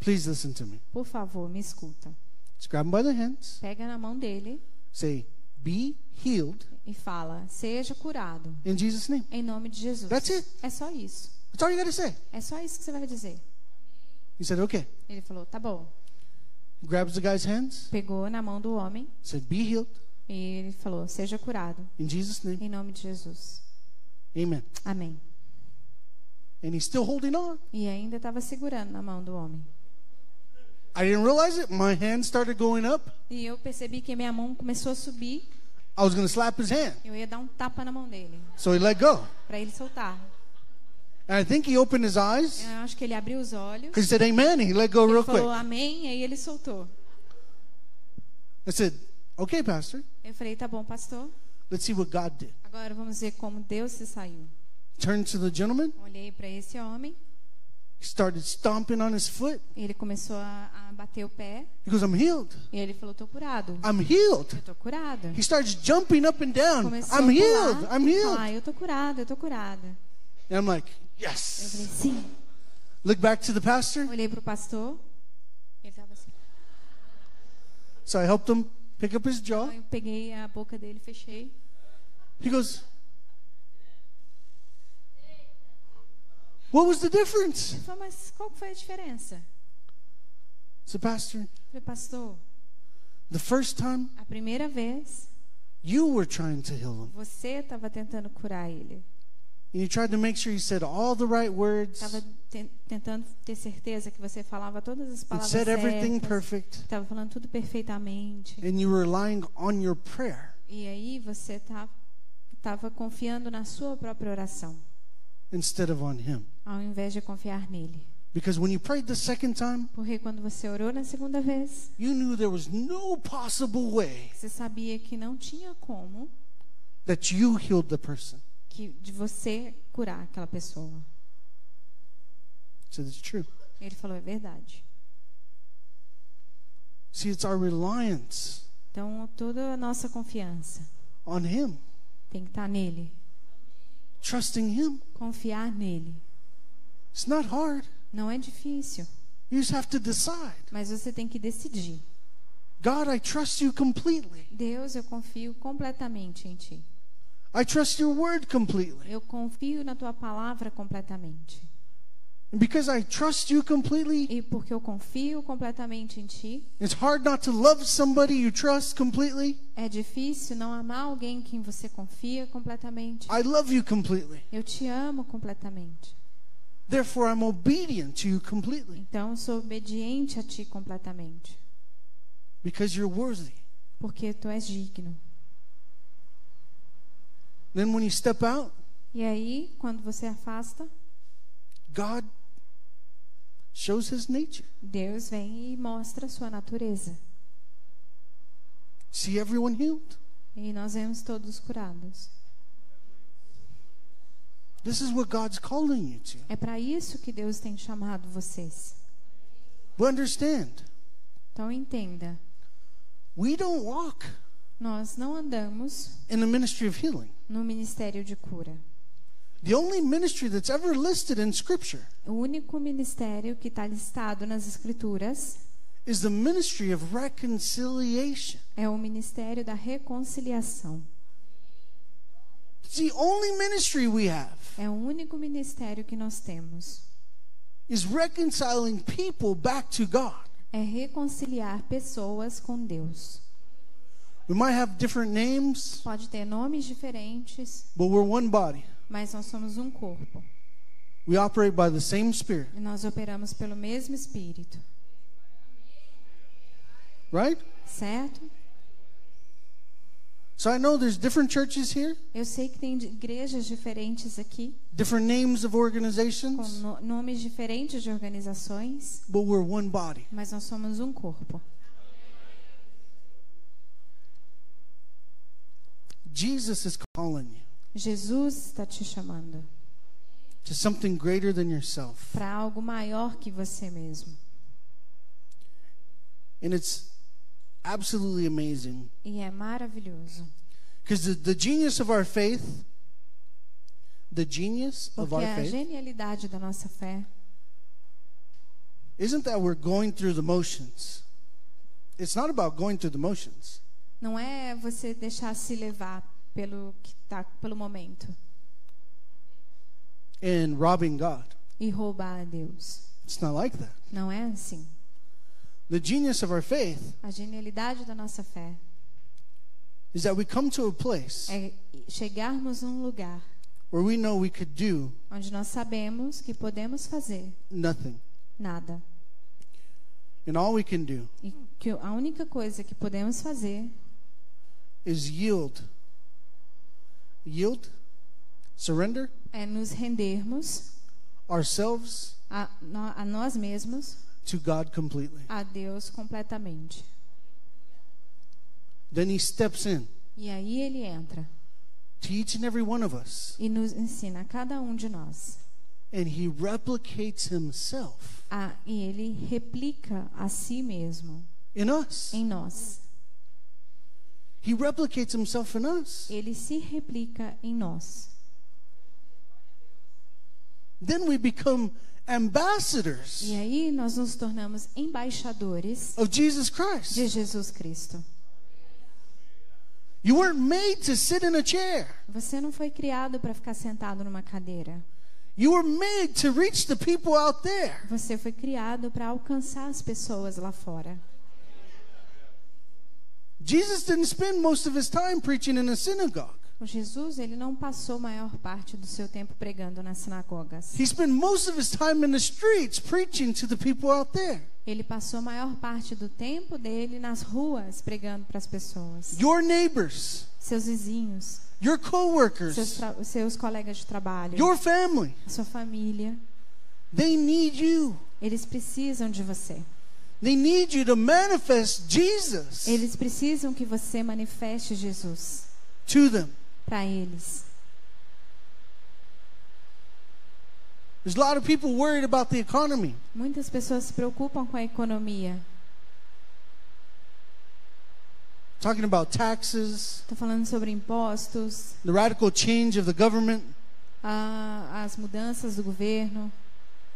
S2: please listen to me.
S1: por favor, me escuta.
S2: Just grab him by the hands.
S1: Pega na mão dele
S2: say, Be healed
S1: e fala: Seja curado.
S2: in Jesus' name.
S1: Em nome de Jesus.
S2: That's it.
S1: É só isso.
S2: That's all you got to say.
S1: É só isso que você vai dizer.
S2: He said, Okay.
S1: Ele falou: Tá bom.
S2: Grabs the guy's hands,
S1: Pegou na mão do homem
S2: said, Be healed
S1: e ele falou: Seja curado.
S2: in Jesus' name.
S1: Em nome de Jesus.
S2: Amen.
S1: Amém.
S2: And he's still holding on.
S1: E ainda estava segurando na mão do homem.
S2: I didn't realize it. My hand started going up.
S1: E eu percebi que minha mão começou a subir.
S2: I was going to slap his hand.
S1: Eu ia dar um tapa na mão dele
S2: So he let go.
S1: para ele soltar.
S2: And I think he opened his eyes.
S1: Eu acho que ele abriu os olhos.
S2: He said, Amen. And he let go
S1: Ele
S2: real
S1: falou:
S2: quick.
S1: Amém. Aí ele soltou.
S2: I said, Okay, Pastor.
S1: Eu falei: Tá bom, pastor.
S2: Let's see what God did.
S1: Agora vamos ver como Deus se saiu.
S2: Turned to the gentleman,
S1: Olhei para esse homem
S2: He started stomping on his foot.
S1: Ele começou a, a bater o pé
S2: He goes, I'm healed.
S1: e ele falou: "Tô curado.
S2: I'm healed.
S1: Eu tô curado."
S2: He starts jumping up and down.
S1: Começou
S2: I'm
S1: a
S2: healed.
S1: pular,
S2: I'm healed.
S1: falar, "Ah, eu tô curada, eu tô curada.
S2: And I'm like,
S1: Eu
S2: yes.
S1: falei, sim.
S2: Look back to the pastor.
S1: Olhei pro pastor, ele tava assim.
S2: So I helped him pick up his jaw.
S1: Eu peguei a boca dele, fechei.
S2: He goes, What was the difference?
S1: Ele falou, mas qual que foi a diferença?
S2: So, Pastor,
S1: Eu falei, pastor,
S2: the first time
S1: a primeira vez
S2: you were trying to heal him,
S1: você tava tentando curar ele.
S2: and you tried to make sure you said all the right
S1: Tava
S2: words
S1: te- tentando ter certeza que você falava todas as
S2: and
S1: palavras
S2: said everything
S1: certas.
S2: perfect,
S1: Tava falando tudo perfeitamente.
S2: and you were relying on your prayer
S1: E aí você tá, tava confiando na sua própria oração,
S2: instead of on him.
S1: ao invés de confiar nele.
S2: Because when you prayed the second time,
S1: Porque quando você orou na segunda vez,
S2: you knew there was no possible way
S1: você sabia que não tinha como
S2: that you healed the person.
S1: que de você curar aquela pessoa.
S2: So it's true.
S1: Ele falou é verdade.
S2: See, it's our reliance
S1: Então toda a nossa confiança
S2: on him,
S1: tem que estar nele,
S2: trusting him.
S1: confiar nele.
S2: It's not hard.
S1: Não é difícil,
S2: You just have to decide.
S1: mas você tem que decidir.
S2: God, I trust you completely.
S1: Deus, eu confio completamente em ti.
S2: I trust your word completely.
S1: Eu confio na tua palavra completamente.
S2: And because I trust you completely,
S1: E porque eu confio completamente em ti,
S2: it's hard not to love somebody you trust completely.
S1: é difícil não amar alguém em quem você confia completamente.
S2: I love you completely.
S1: Eu te amo completamente.
S2: Therefore, I'm obedient to you completely
S1: Então eu sou obediente a ti completamente,
S2: because you're worthy.
S1: porque tu és digno.
S2: Then when you step out,
S1: E aí, quando você afasta,
S2: God shows his nature.
S1: Deus vem e mostra a sua natureza.
S2: See everyone healed.
S1: E nós vemos todos curados.
S2: This is what God's calling you to.
S1: É para isso que Deus tem chamado vocês.
S2: But understand,
S1: Então entenda,
S2: we don't walk
S1: nós não andamos
S2: in the ministry of healing.
S1: no ministério de cura.
S2: The only ministry that's ever listed in Scripture
S1: O único ministério que está listado nas Escrituras
S2: is the ministry of reconciliation.
S1: é o ministério da reconciliação.
S2: It's the only ministry we have
S1: É o único ministério que nós temos.
S2: is reconciling people back to God.
S1: É reconciliar pessoas com Deus.
S2: We might have different names,
S1: Pode ter nomes diferentes,
S2: but we're one body.
S1: mas nós somos um corpo.
S2: We operate by the same Spirit,
S1: E nós operamos pelo mesmo Espírito,
S2: right?
S1: certo?
S2: So I know there's different churches here,
S1: Eu sei que tem de- igrejas diferentes aqui,
S2: different names of
S1: com
S2: organizations,
S1: no- nomes diferentes de organizações,
S2: but we're one body.
S1: mas nós somos um corpo.
S2: Jesus is calling you
S1: Jesus está te chamando
S2: to something greater than yourself.
S1: para algo maior que você mesmo.
S2: And it's absolutely amazing
S1: E é maravilhoso.
S2: Because the, the genius of our faith, the genius of
S1: Porque
S2: our
S1: a
S2: faith,
S1: genialidade da nossa fé
S2: isn't that we're going through the motions. It's not about going through the motions.
S1: não é você deixar se levar pelo que tá pelo momento
S2: And robbing God.
S1: e roubar a Deus.
S2: It's not like that.
S1: Não é assim.
S2: The genius of our faith
S1: A genialidade da nossa fé
S2: is that we come to a place
S1: é chegarmos num lugar
S2: where we know we could do
S1: onde nós sabemos que podemos fazer
S2: nothing.
S1: nada
S2: And all we can do
S1: e que a única coisa que podemos fazer
S2: is yield. Yield, surrender
S1: é nos rendermos
S2: ourselves
S1: a, nó- a nós mesmos,
S2: to God completely.
S1: a Deus completamente.
S2: Then He steps in
S1: E aí ele entra
S2: to each and every one of us
S1: e nos ensina a cada um de nós
S2: and he replicates himself
S1: Ah, e ele replica a si mesmo
S2: in us.
S1: em nós.
S2: He replicates himself in us.
S1: Ele se replica em nós.
S2: Then we become ambassadors
S1: E aí nós nos tornamos embaixadores
S2: of Jesus
S1: de
S2: Christ.
S1: Jesus Cristo.
S2: You weren't made to sit in a chair.
S1: Você não foi criado para ficar sentado numa cadeira.
S2: You were made to reach the people out there.
S1: Você foi criado para alcançar as pessoas lá fora.
S2: Jesus didn't spend most of his time preaching in a synagogue.
S1: O Jesus, ele não passou maior parte do seu tempo pregando nas sinagogas.
S2: He spent most of his time in the streets preaching to the people out there.
S1: Ele passou maior parte do tempo dele nas ruas pregando para as pessoas.
S2: Your neighbors,
S1: Seus vizinhos,
S2: your
S1: seus,
S2: coworkers,
S1: tra- seus colegas de trabalho,
S2: your family,
S1: a sua família,
S2: they need you.
S1: eles precisam de você.
S2: They need you to manifest Jesus
S1: Eles precisam que você manifeste Jesus
S2: to them.
S1: para eles.
S2: There's a lot of people worried about the economy.
S1: Muitas pessoas se preocupam com a economia.
S2: Talking about taxes,
S1: Estou falando sobre impostos,
S2: the radical change of the government,
S1: a- as mudanças do governo,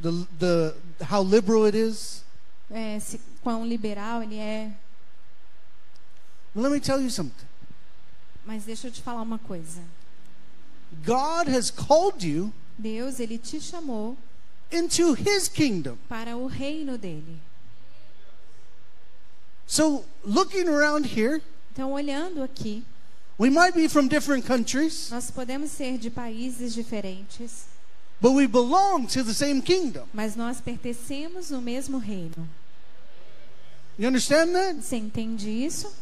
S2: the, the how liberal it is.
S1: é, se, quão liberal ele é.
S2: But let me tell you something.
S1: Mas deixa eu te falar uma coisa.
S2: God has called you
S1: Deus, ele te chamou
S2: into his kingdom.
S1: para o reino dele.
S2: So, looking around here,
S1: Então, olhando aqui,
S2: we might be from different countries,
S1: nós podemos ser de países diferentes,
S2: but we belong to the same kingdom.
S1: mas nós pertencemos no mesmo reino.
S2: You understand that?
S1: Você entende isso?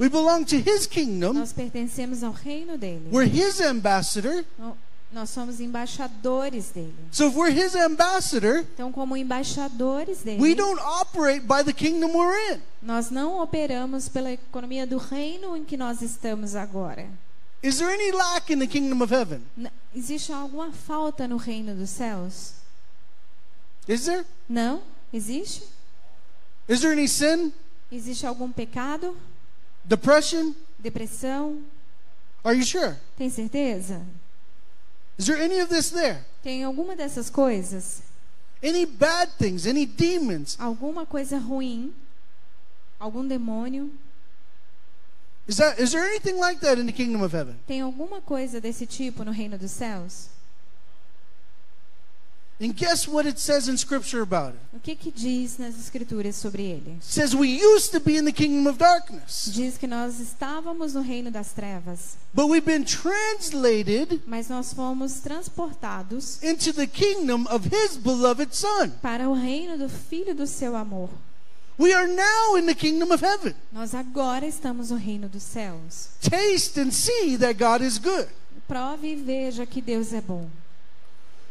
S2: We belong to his kingdom.
S1: Nós pertencemos ao reino dele.
S2: We're his ambassador.
S1: No- Nós somos embaixadores dele.
S2: So, if we're his ambassador,
S1: Então, como embaixadores
S2: we
S1: dele,
S2: don't operate by the kingdom we're in.
S1: nós não operamos pela economia do reino em que nós estamos agora.
S2: Is there any lack in the kingdom of heaven?
S1: N- Existe alguma falta no reino dos céus?
S2: Is there?
S1: Não? Existe?
S2: Is there any sin?
S1: Existe algum pecado?
S2: Depression?
S1: Depressão?
S2: Are you sure?
S1: Tem certeza?
S2: Is there any of this there?
S1: Tem alguma dessas coisas?
S2: Any bad things? Any demons?
S1: Alguma coisa ruim? Algum demônio?
S2: Is that is there anything like that in the kingdom of heaven?
S1: Tem alguma coisa desse tipo no reino dos céus?
S2: And guess what it says in scripture about it?
S1: O que, que diz nas escrituras sobre ele?
S2: It says we used to be in the kingdom of darkness,
S1: Diz que nós estávamos no reino das trevas,
S2: but we've been translated
S1: mas nós fomos transportados
S2: into the kingdom of his beloved son.
S1: para o reino do Filho do seu amor.
S2: We are now in the kingdom of heaven.
S1: Nós agora estamos no reino dos céus.
S2: Taste and see that God is good.
S1: Prove e veja que Deus é bom.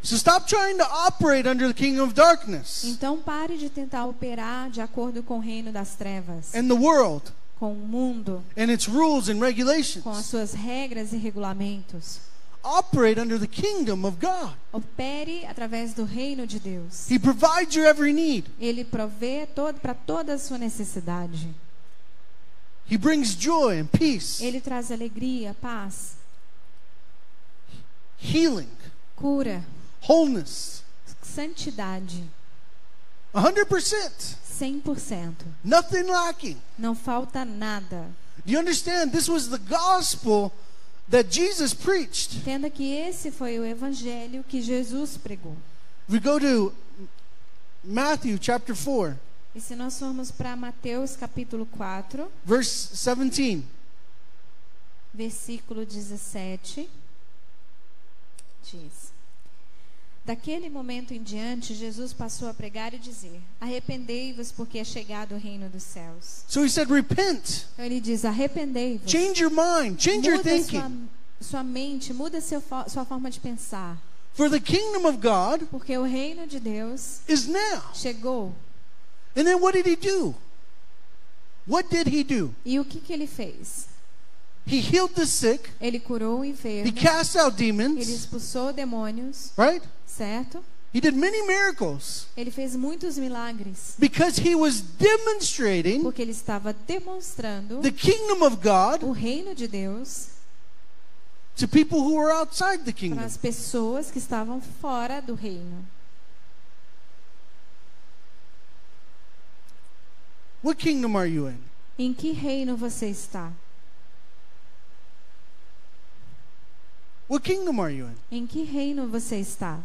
S2: So stop trying to operate under the kingdom of darkness
S1: Então pare de tentar operar de acordo com o reino das trevas,
S2: and the world
S1: com o mundo,
S2: and its rules and
S1: com as
S2: regulations.
S1: suas regras e regulamentos.
S2: Operate under the kingdom of God.
S1: Opere através do reino de Deus.
S2: He provides your every need.
S1: Ele provê todo, para toda a sua necessidade.
S2: He brings joy and peace,
S1: Ele traz alegria, paz,
S2: healing,
S1: cura,
S2: wholeness.
S1: santidade,
S2: 100%.
S1: 100%.
S2: Nothing lacking.
S1: Não falta nada.
S2: Do you understand? This was the gospel that Jesus preached.
S1: Entenda que esse foi o evangelho que Jesus pregou.
S2: We go to Matthew chapter 4,
S1: E se nós formos para Mateus capítulo 4,
S2: verse 17.
S1: versículo 17, diz: Daquele momento em diante, Jesus passou a pregar e dizer: Arrependei-vos, porque é chegado o reino dos céus.
S2: So he said, Repent,
S1: Então ele diz: Arrependei-vos.
S2: change your mind, change your
S1: Muda sua,
S2: thinking.
S1: sua mente, muda seu fo- sua forma de pensar.
S2: For the kingdom of God
S1: Porque o reino de Deus
S2: is now.
S1: chegou.
S2: And then what did he do? What did he do?
S1: E o que, que ele fez?
S2: He healed the sick,
S1: Ele curou o
S2: he
S1: enfermo,
S2: cast out
S1: ele
S2: demons,
S1: expulsou demônios,
S2: right?
S1: certo?
S2: He did many miracles
S1: Ele fez muitos milagres,
S2: because he was demonstrating
S1: porque ele estava demonstrando
S2: the kingdom of God
S1: o reino de Deus
S2: to people who were outside the
S1: para
S2: kingdom.
S1: as pessoas que estavam fora do reino.
S2: What kingdom are you in?
S1: Em que reino você está?
S2: What kingdom are you in?
S1: Em que reino você está?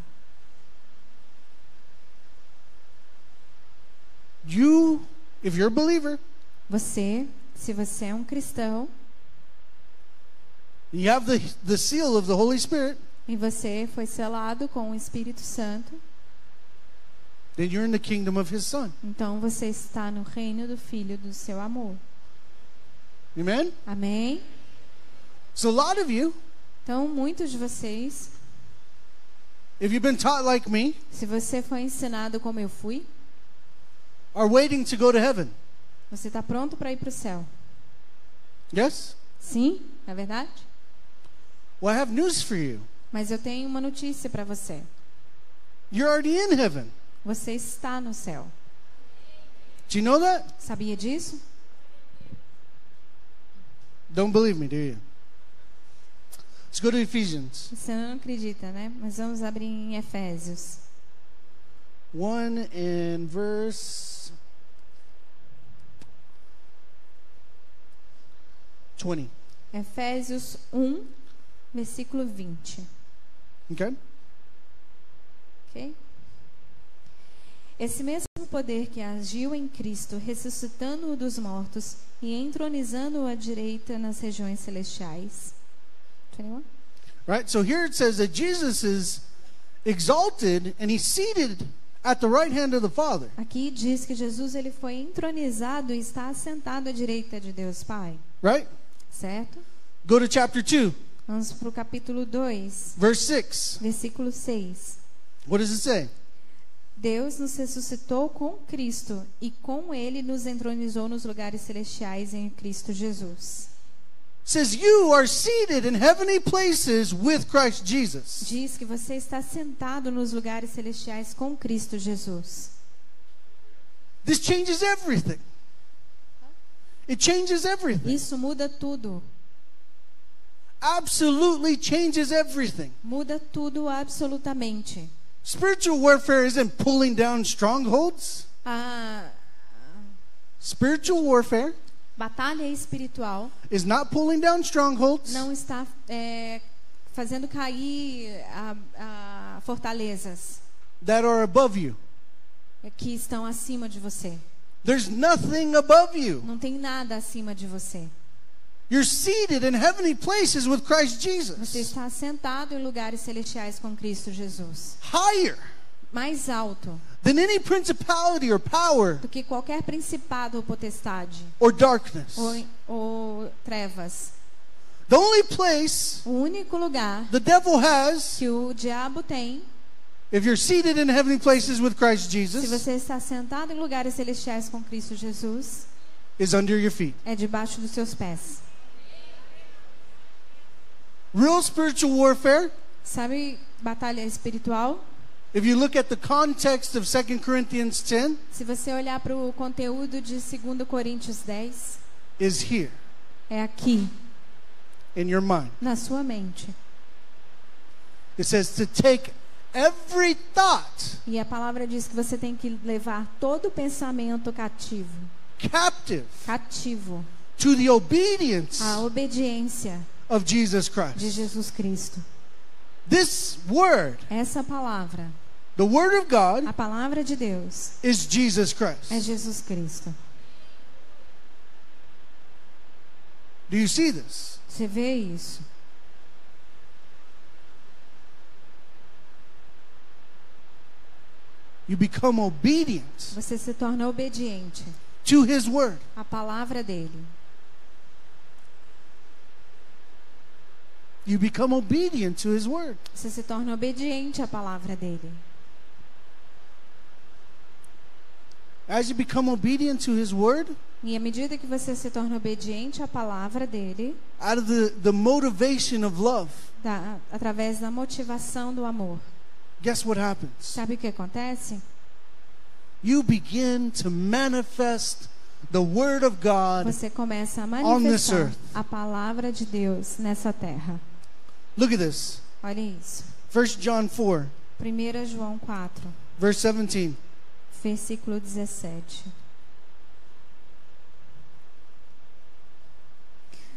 S2: You, if you're a believer,
S1: Você, se você é um cristão
S2: you have the, the seal of the Holy Spirit,
S1: e você foi selado com o Espírito Santo,
S2: then you're in the kingdom of his son.
S1: então você está no reino do Filho do seu amor.
S2: Amen?
S1: Amém?
S2: So a lot of you,
S1: Então, muitos de vocês,
S2: if you've been taught like me,
S1: se você foi ensinado como eu fui,
S2: are waiting to go to heaven.
S1: você está pronto para ir para o céu.
S2: Yes?
S1: Sim, não é verdade?
S2: Well, I have news for you.
S1: Mas eu tenho uma notícia para você.
S2: You're already in heaven.
S1: Você está no céu.
S2: Do you know that?
S1: Sabia disso?
S2: Don't believe me, do you? Let's go to Ephesians
S1: Você não acredita, né? Mas vamos abrir em Efésios.
S2: 1 and verse 20.
S1: Efésios 1, versículo 20.
S2: Okay?
S1: Ok? Esse mesmo poder que agiu em Cristo, ressuscitando-o dos mortos e entronizando-o à direita nas regiões celestiais. 21?
S2: Right? So here it says that Jesus is exalted and he's seated at the right hand of the Father.
S1: Aqui diz que Jesus ele foi entronizado e está assentado à direita de Deus Pai,
S2: Right?
S1: certo?
S2: Go to chapter 2,
S1: Vamos para o capítulo 2,
S2: verse 6.
S1: versículo 6.
S2: What does it say?
S1: Deus nos ressuscitou com Cristo e com ele nos entronizou nos lugares celestiais em Cristo Jesus.
S2: It says, You are seated in heavenly places with Christ Jesus.
S1: Diz que você está sentado nos lugares celestiais com Cristo Jesus.
S2: This changes everything. It changes everything.
S1: Isso muda tudo.
S2: Absolutely changes everything.
S1: Muda tudo absolutamente.
S2: Spiritual warfare isn't pulling down strongholds.
S1: A
S2: Spiritual warfare
S1: batalha espiritual
S2: is not pulling down strongholds.
S1: não está é, fazendo cair a- a fortalezas
S2: that are above you.
S1: que estão acima de você.
S2: There's nothing above you.
S1: Não tem nada acima de você.
S2: You're seated in heavenly places with Christ
S1: Você
S2: Jesus.
S1: está sentado em lugares celestiais com Cristo Jesus.
S2: Higher
S1: Mais alto
S2: than any principality or power
S1: do que qualquer principado ou potestade
S2: or darkness.
S1: ou, ou trevas.
S2: The only place
S1: O único lugar
S2: the devil has,
S1: que o diabo tem,
S2: if you're seated in heavenly places with Christ
S1: se
S2: Jesus,
S1: você está sentado em lugares celestiais com Cristo Jesus,
S2: is under your feet.
S1: é debaixo dos seus pés.
S2: Real spiritual warfare,
S1: Sabe batalha espiritual?
S2: if you look at the context of 2 Corinthians 10,
S1: Se você olhar para o conteúdo de 2 Coríntios 10,
S2: is here
S1: é aqui,
S2: in your mind.
S1: na sua mente.
S2: It says to take every thought
S1: E a palavra diz que você tem que levar todo pensamento cativo,
S2: captive
S1: cativo,
S2: to the obedience
S1: à obediência
S2: of Jesus
S1: de
S2: Christ.
S1: Jesus Cristo.
S2: This word,
S1: Essa palavra,
S2: the word of God,
S1: a palavra de Deus,
S2: is Jesus
S1: é
S2: Christ.
S1: Jesus Cristo.
S2: Do you see this?
S1: Você vê isso?
S2: You become obedient
S1: Você se torna obediente
S2: to his word.
S1: à palavra dele.
S2: You become obedient to his word.
S1: Você se torna obediente à palavra dele.
S2: As you become obedient to his word,
S1: E à medida que você se torna obediente à palavra dele,
S2: out of the, the motivation of love,
S1: da, através da motivação do amor,
S2: guess what happens?
S1: Sabe o que acontece?
S2: You begin to manifest the Word of God.
S1: Você começa a
S2: this
S1: manifestar
S2: earth.
S1: a palavra de Deus nessa terra.
S2: Look at this.
S1: Olha isso.
S2: 1 John 4,
S1: 1 João 4,
S2: verse 17.
S1: versículo 17.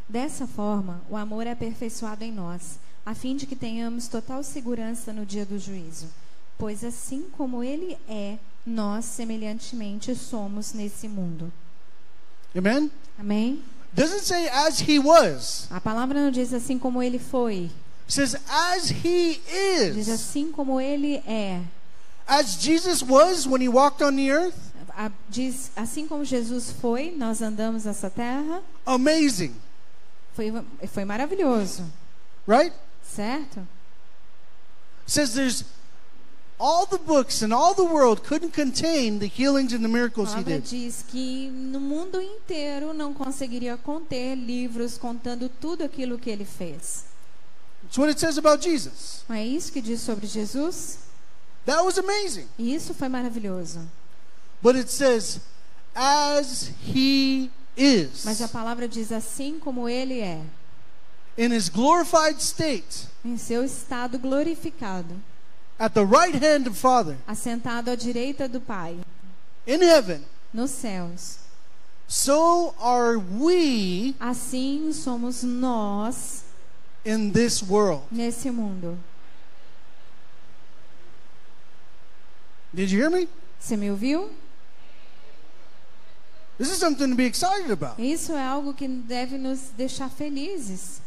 S1: Dessa forma, o amor é aperfeiçoado em nós, a fim de que tenhamos total segurança no dia do juízo. Pois assim como ele é, nós semelhantemente somos nesse mundo.
S2: Amen?
S1: Amém?
S2: Doesn't say as he was.
S1: A palavra não diz assim como ele foi,
S2: It says as he
S1: diz
S2: is.
S1: assim como ele é.
S2: As Jesus was when he walked on the earth.
S1: A- diz assim como Jesus foi, nós andamos nessa terra,
S2: Amazing,
S1: foi, foi maravilhoso,
S2: right?
S1: certo?
S2: says there's all the books in all the world couldn't contain the healings and the
S1: A
S2: miracles he
S1: palavra
S2: did.
S1: diz que no mundo inteiro não conseguiria conter livros contando tudo aquilo que ele fez.
S2: That's what it says about Jesus.
S1: Não é isso que diz sobre Jesus?
S2: That was amazing.
S1: E isso foi maravilhoso.
S2: But it says, as he
S1: Mas a
S2: is
S1: palavra diz assim como ele é,
S2: in his glorified state
S1: em seu estado glorificado,
S2: at the right hand of Father
S1: assentado à direita do Pai,
S2: in heaven,
S1: nos céus.
S2: so are we
S1: Assim somos nós
S2: in this world.
S1: nesse mundo.
S2: Did you hear me?
S1: Você me ouviu?
S2: This is something to be excited about.
S1: Isso é algo que deve nos deixar felizes.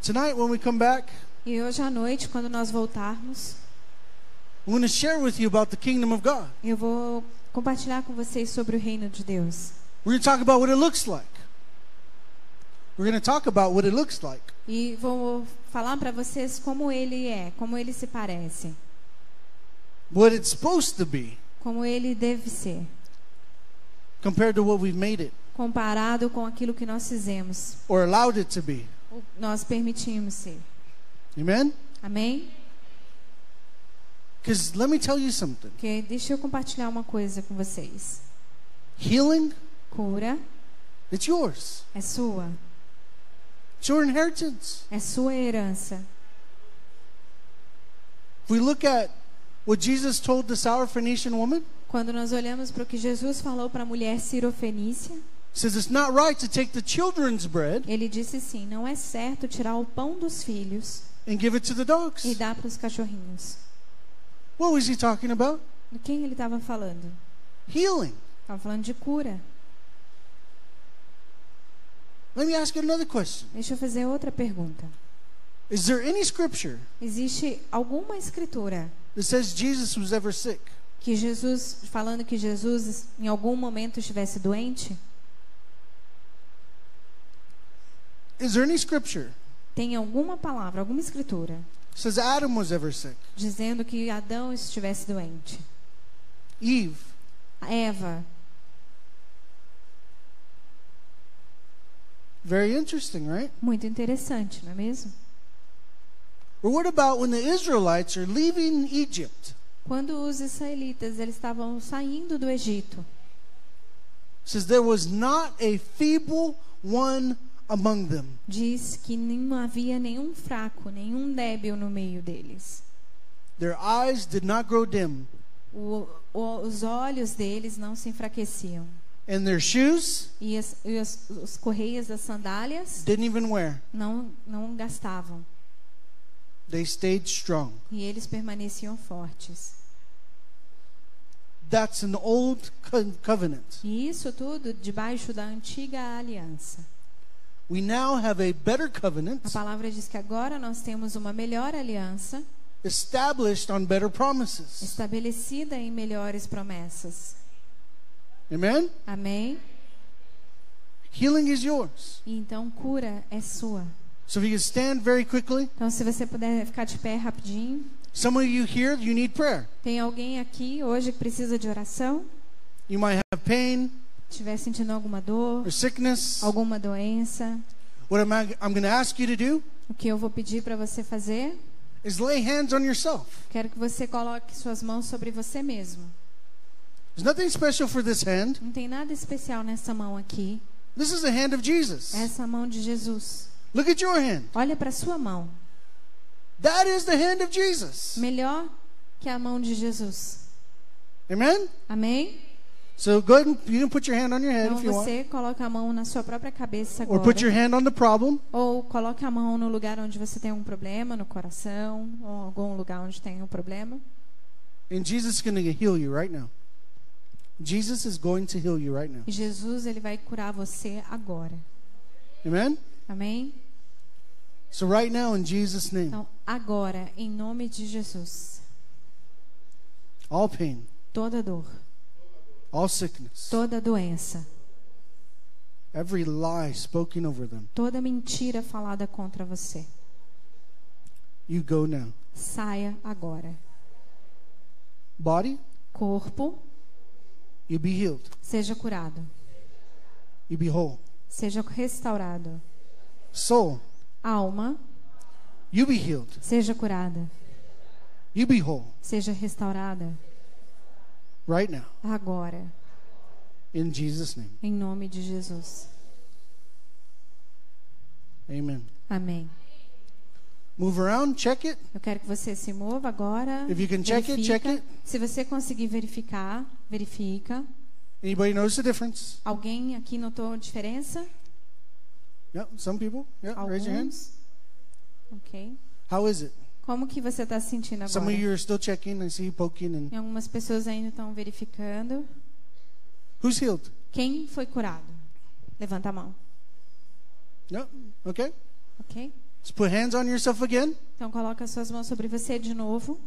S2: Tonight, when we come back,
S1: E hoje à noite, quando nós voltarmos,
S2: I'm going to share with you about the kingdom of God.
S1: eu vou compartilhar com vocês sobre o reino de Deus.
S2: We're going to talk about what it looks like. We're going to talk about what it looks like.
S1: E vou falar para vocês como ele é, como ele se parece,
S2: What it's supposed to be
S1: como ele deve ser,
S2: compared to what we've made it
S1: comparado com aquilo que nós fizemos,
S2: or allowed it to be.
S1: o- nós permitimos ser.
S2: Amen?
S1: Amém?
S2: Because let me tell you something
S1: Porque deixa eu compartilhar uma coisa com vocês.
S2: healing,
S1: Cura
S2: it's yours,
S1: é sua,
S2: it's your inheritance.
S1: é sua herança.
S2: If we look at what Jesus told the Syrophoenician woman,
S1: Quando nós olhamos para o que Jesus falou para a mulher sirofenícia,
S2: he says it's not right to take the children's bread
S1: ele disse sim: não é certo tirar o pão dos filhos
S2: and give it to the
S1: e
S2: dogs.
S1: dar para os cachorrinhos.
S2: What was he talking about?
S1: De quem ele estava falando?
S2: Healing.
S1: Estava falando de cura.
S2: Let me ask you another question.
S1: Deixa eu fazer outra pergunta.
S2: Is there any scripture
S1: Existe alguma escritura
S2: that says Jesus was ever sick?
S1: que Jesus falando que Jesus em algum momento estivesse doente?
S2: Is there any scripture
S1: Tem alguma palavra, alguma escritura
S2: that says Adam was ever sick?
S1: dizendo que Adão estivesse doente?
S2: Eve.
S1: A Eva,
S2: Very interesting, right?
S1: muito interessante, não é mesmo?
S2: Or what about when the Israelites are leaving Egypt?
S1: Quando os israelitas eles estavam saindo do Egito,
S2: It says there was not a feeble one among them.
S1: diz que não havia nenhum fraco, nenhum débil no meio deles.
S2: Their eyes did not grow dim,
S1: O- o- os olhos deles não se enfraqueciam.
S2: and their shoes
S1: E as, e as os correias das sandálias
S2: didn't even wear.
S1: não, não gastavam.
S2: They stayed strong.
S1: E eles permaneciam fortes.
S2: That's an old co- covenant.
S1: E isso tudo debaixo da antiga aliança.
S2: We now have a better
S1: A
S2: covenant
S1: palavra diz que agora nós temos uma melhor aliança
S2: established on better promises.
S1: estabelecida em melhores promessas.
S2: Amen?
S1: Amém?
S2: Healing is yours.
S1: E então cura é sua.
S2: So if you can stand very quickly,
S1: Então, se você puder ficar de pé rapidinho.
S2: some of you here, you need prayer.
S1: Tem alguém aqui hoje que precisa de oração?
S2: You might have pain
S1: Estiver sentindo alguma dor, Oh.
S2: or sickness.
S1: alguma doença?
S2: What am I, I'm going to ask you to do
S1: O que eu vou pedir para você fazer?
S2: is lay hands on yourself.
S1: Quero que você coloque suas mãos sobre você mesmo.
S2: There's nothing special for this hand.
S1: Não tem nada especial nessa mão aqui.
S2: This is the hand of
S1: É
S2: Jesus.
S1: Essa mão de Jesus.
S2: Look at your hand.
S1: Olha para sua mão.
S2: That is the hand of Jesus.
S1: Melhor que a mão de Jesus.
S2: Amen?
S1: Amém?
S2: So go ahead and you can put your hand on your head
S1: Então
S2: if you want.
S1: você coloca a mão na sua própria cabeça
S2: Or put your
S1: agora.
S2: hand on the problem.
S1: Ou coloque a mão no lugar onde você tem um problema, no coração, ou algum lugar onde tem um problema.
S2: And Jesus is going to heal you right now. Jesus is going to heal you right now.
S1: E Jesus, ele vai curar você agora.
S2: Amen?
S1: Amém?
S2: So right now in Jesus' name,
S1: Então, agora, em nome de Jesus,
S2: all pain,
S1: toda dor,
S2: all sickness,
S1: toda doença,
S2: every lie spoken over them,
S1: toda mentira falada contra você,
S2: you go now.
S1: saia agora.
S2: Body,
S1: Corpo,
S2: you be healed.
S1: seja curado,
S2: You be whole.
S1: seja restaurado.
S2: Soul,
S1: Alma,
S2: you be healed.
S1: seja curada,
S2: You be whole
S1: seja restaurada
S2: right now
S1: agora,
S2: in Jesus' name.
S1: em nome de Jesus.
S2: Amen.
S1: Amém.
S2: Move around, check it.
S1: Eu quero que você se mova agora.
S2: If you can check it, check
S1: verifica.
S2: it.
S1: Se você conseguir verificar, verifica.
S2: Anybody notice the difference?
S1: Alguém aqui notou a diferença?
S2: Yep, some people. Yeah, raise your hands.
S1: Alguns? Ok.
S2: How is it?
S1: Como que você está sentindo
S2: Some of
S1: agora?
S2: you are still checking. I see you poking. And
S1: E algumas pessoas ainda estão verificando.
S2: who's healed?
S1: Quem foi curado? Levanta a mão,
S2: Yep. Okay.
S1: ok?
S2: Let's put hands on yourself again.
S1: Então coloca suas mãos sobre você de novo.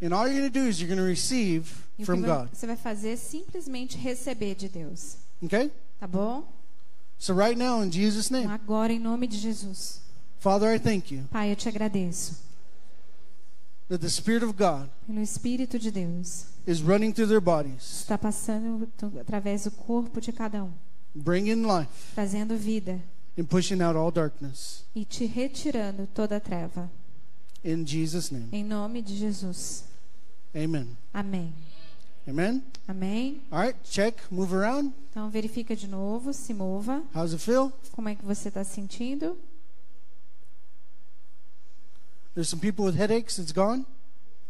S2: And all you're going to do is you're going to receive
S1: E o que
S2: from
S1: vai-
S2: God.
S1: você vai fazer é simplesmente receber de Deus,
S2: Okay?
S1: tá bom?
S2: So, right now, in Jesus'
S1: Então,
S2: name,
S1: agora em nome de Jesus,
S2: Father, I thank you
S1: Pai, eu te agradeço
S2: that the Spirit of God
S1: pelo Espírito de Deus
S2: is running through their bodies,
S1: está passando tu- através do corpo de cada um,
S2: bringing life
S1: trazendo vida
S2: and pushing out all darkness.
S1: e te retirando toda a treva.
S2: In Jesus' name.
S1: Em nome de Jesus.
S2: Amen.
S1: Amém.
S2: Amen.
S1: Amém?
S2: All right, check, move around.
S1: Então verifica de novo, se mova.
S2: How's it feel?
S1: Como é que você está sentindo?
S2: There's some people with headaches, it's gone.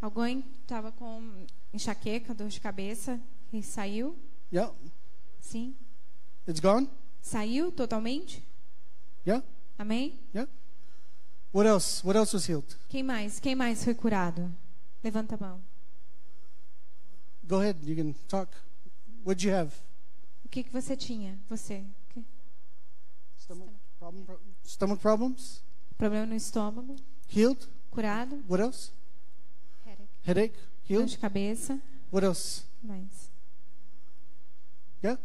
S1: Alguém estava com enxaqueca, dor de cabeça e saiu?
S2: Yep,
S1: Sim.
S2: it's gone.
S1: Saiu totalmente?
S2: Yeah,
S1: Amém?
S2: yeah. What else? What else was healed?
S1: Quem mais? Quem mais foi curado? Levanta a mão.
S2: Go ahead, you can talk. What'd you have?
S1: O que, que você tinha? Você? O quê?
S2: Stomach, problem, pro- stomach problems?
S1: Problema no estômago?
S2: Healed?
S1: Curado?
S2: What else? Headache?
S1: Dor
S2: Healed?
S1: de cabeça?
S2: What else?
S1: Mais.
S2: Yeah?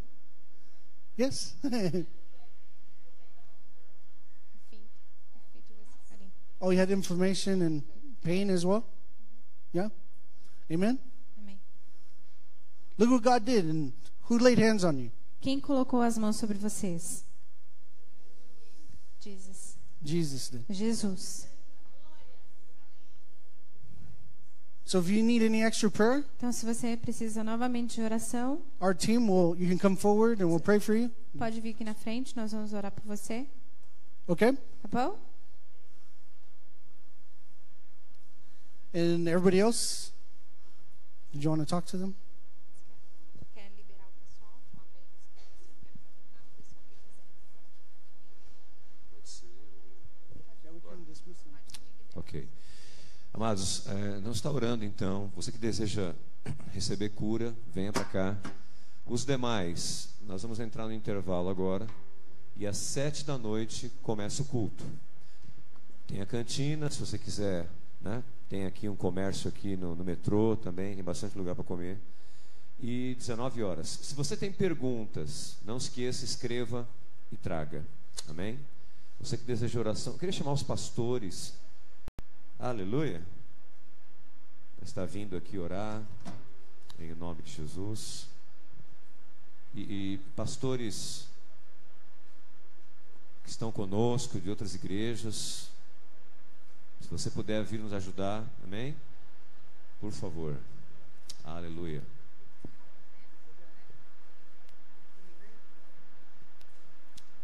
S2: Yes? oh, you had inflammation and pain as well? Yeah? Amen?
S1: Amém.
S2: Look what God did and who laid hands on you?
S1: Quem colocou as mãos sobre vocês? Jesus.
S2: Jesus did.
S1: Jesus.
S2: So if you need any extra prayer,
S1: Então, se você precisa novamente de oração,
S2: our team will you can come forward and we'll pray for you.
S1: pode vir aqui na frente, nós vamos orar por você,
S2: Okay?
S1: tá bom?
S2: And everybody else? Did you want to talk to them?
S3: quer liberar o pessoal, falar pra eles que horas que quer perguntar, o pessoal que quiser ir embora.
S4: Ok. Amados, eh, não está orando então. Você que deseja receber cura, venha para cá. Os demais, nós vamos entrar no intervalo agora. E às sete da noite começa o culto. Tem a cantina, se você quiser. Né? Tem aqui um comércio aqui no, no metrô também, tem bastante lugar para comer. E 19 horas. Se você tem perguntas, não esqueça, escreva e traga. Amém? Você que deseja oração, eu queria chamar os pastores. Aleluia. Está vindo aqui orar em nome de Jesus. E, e pastores, que estão conosco, de outras igrejas. Se você puder vir nos ajudar, amém? Por favor. Aleluia.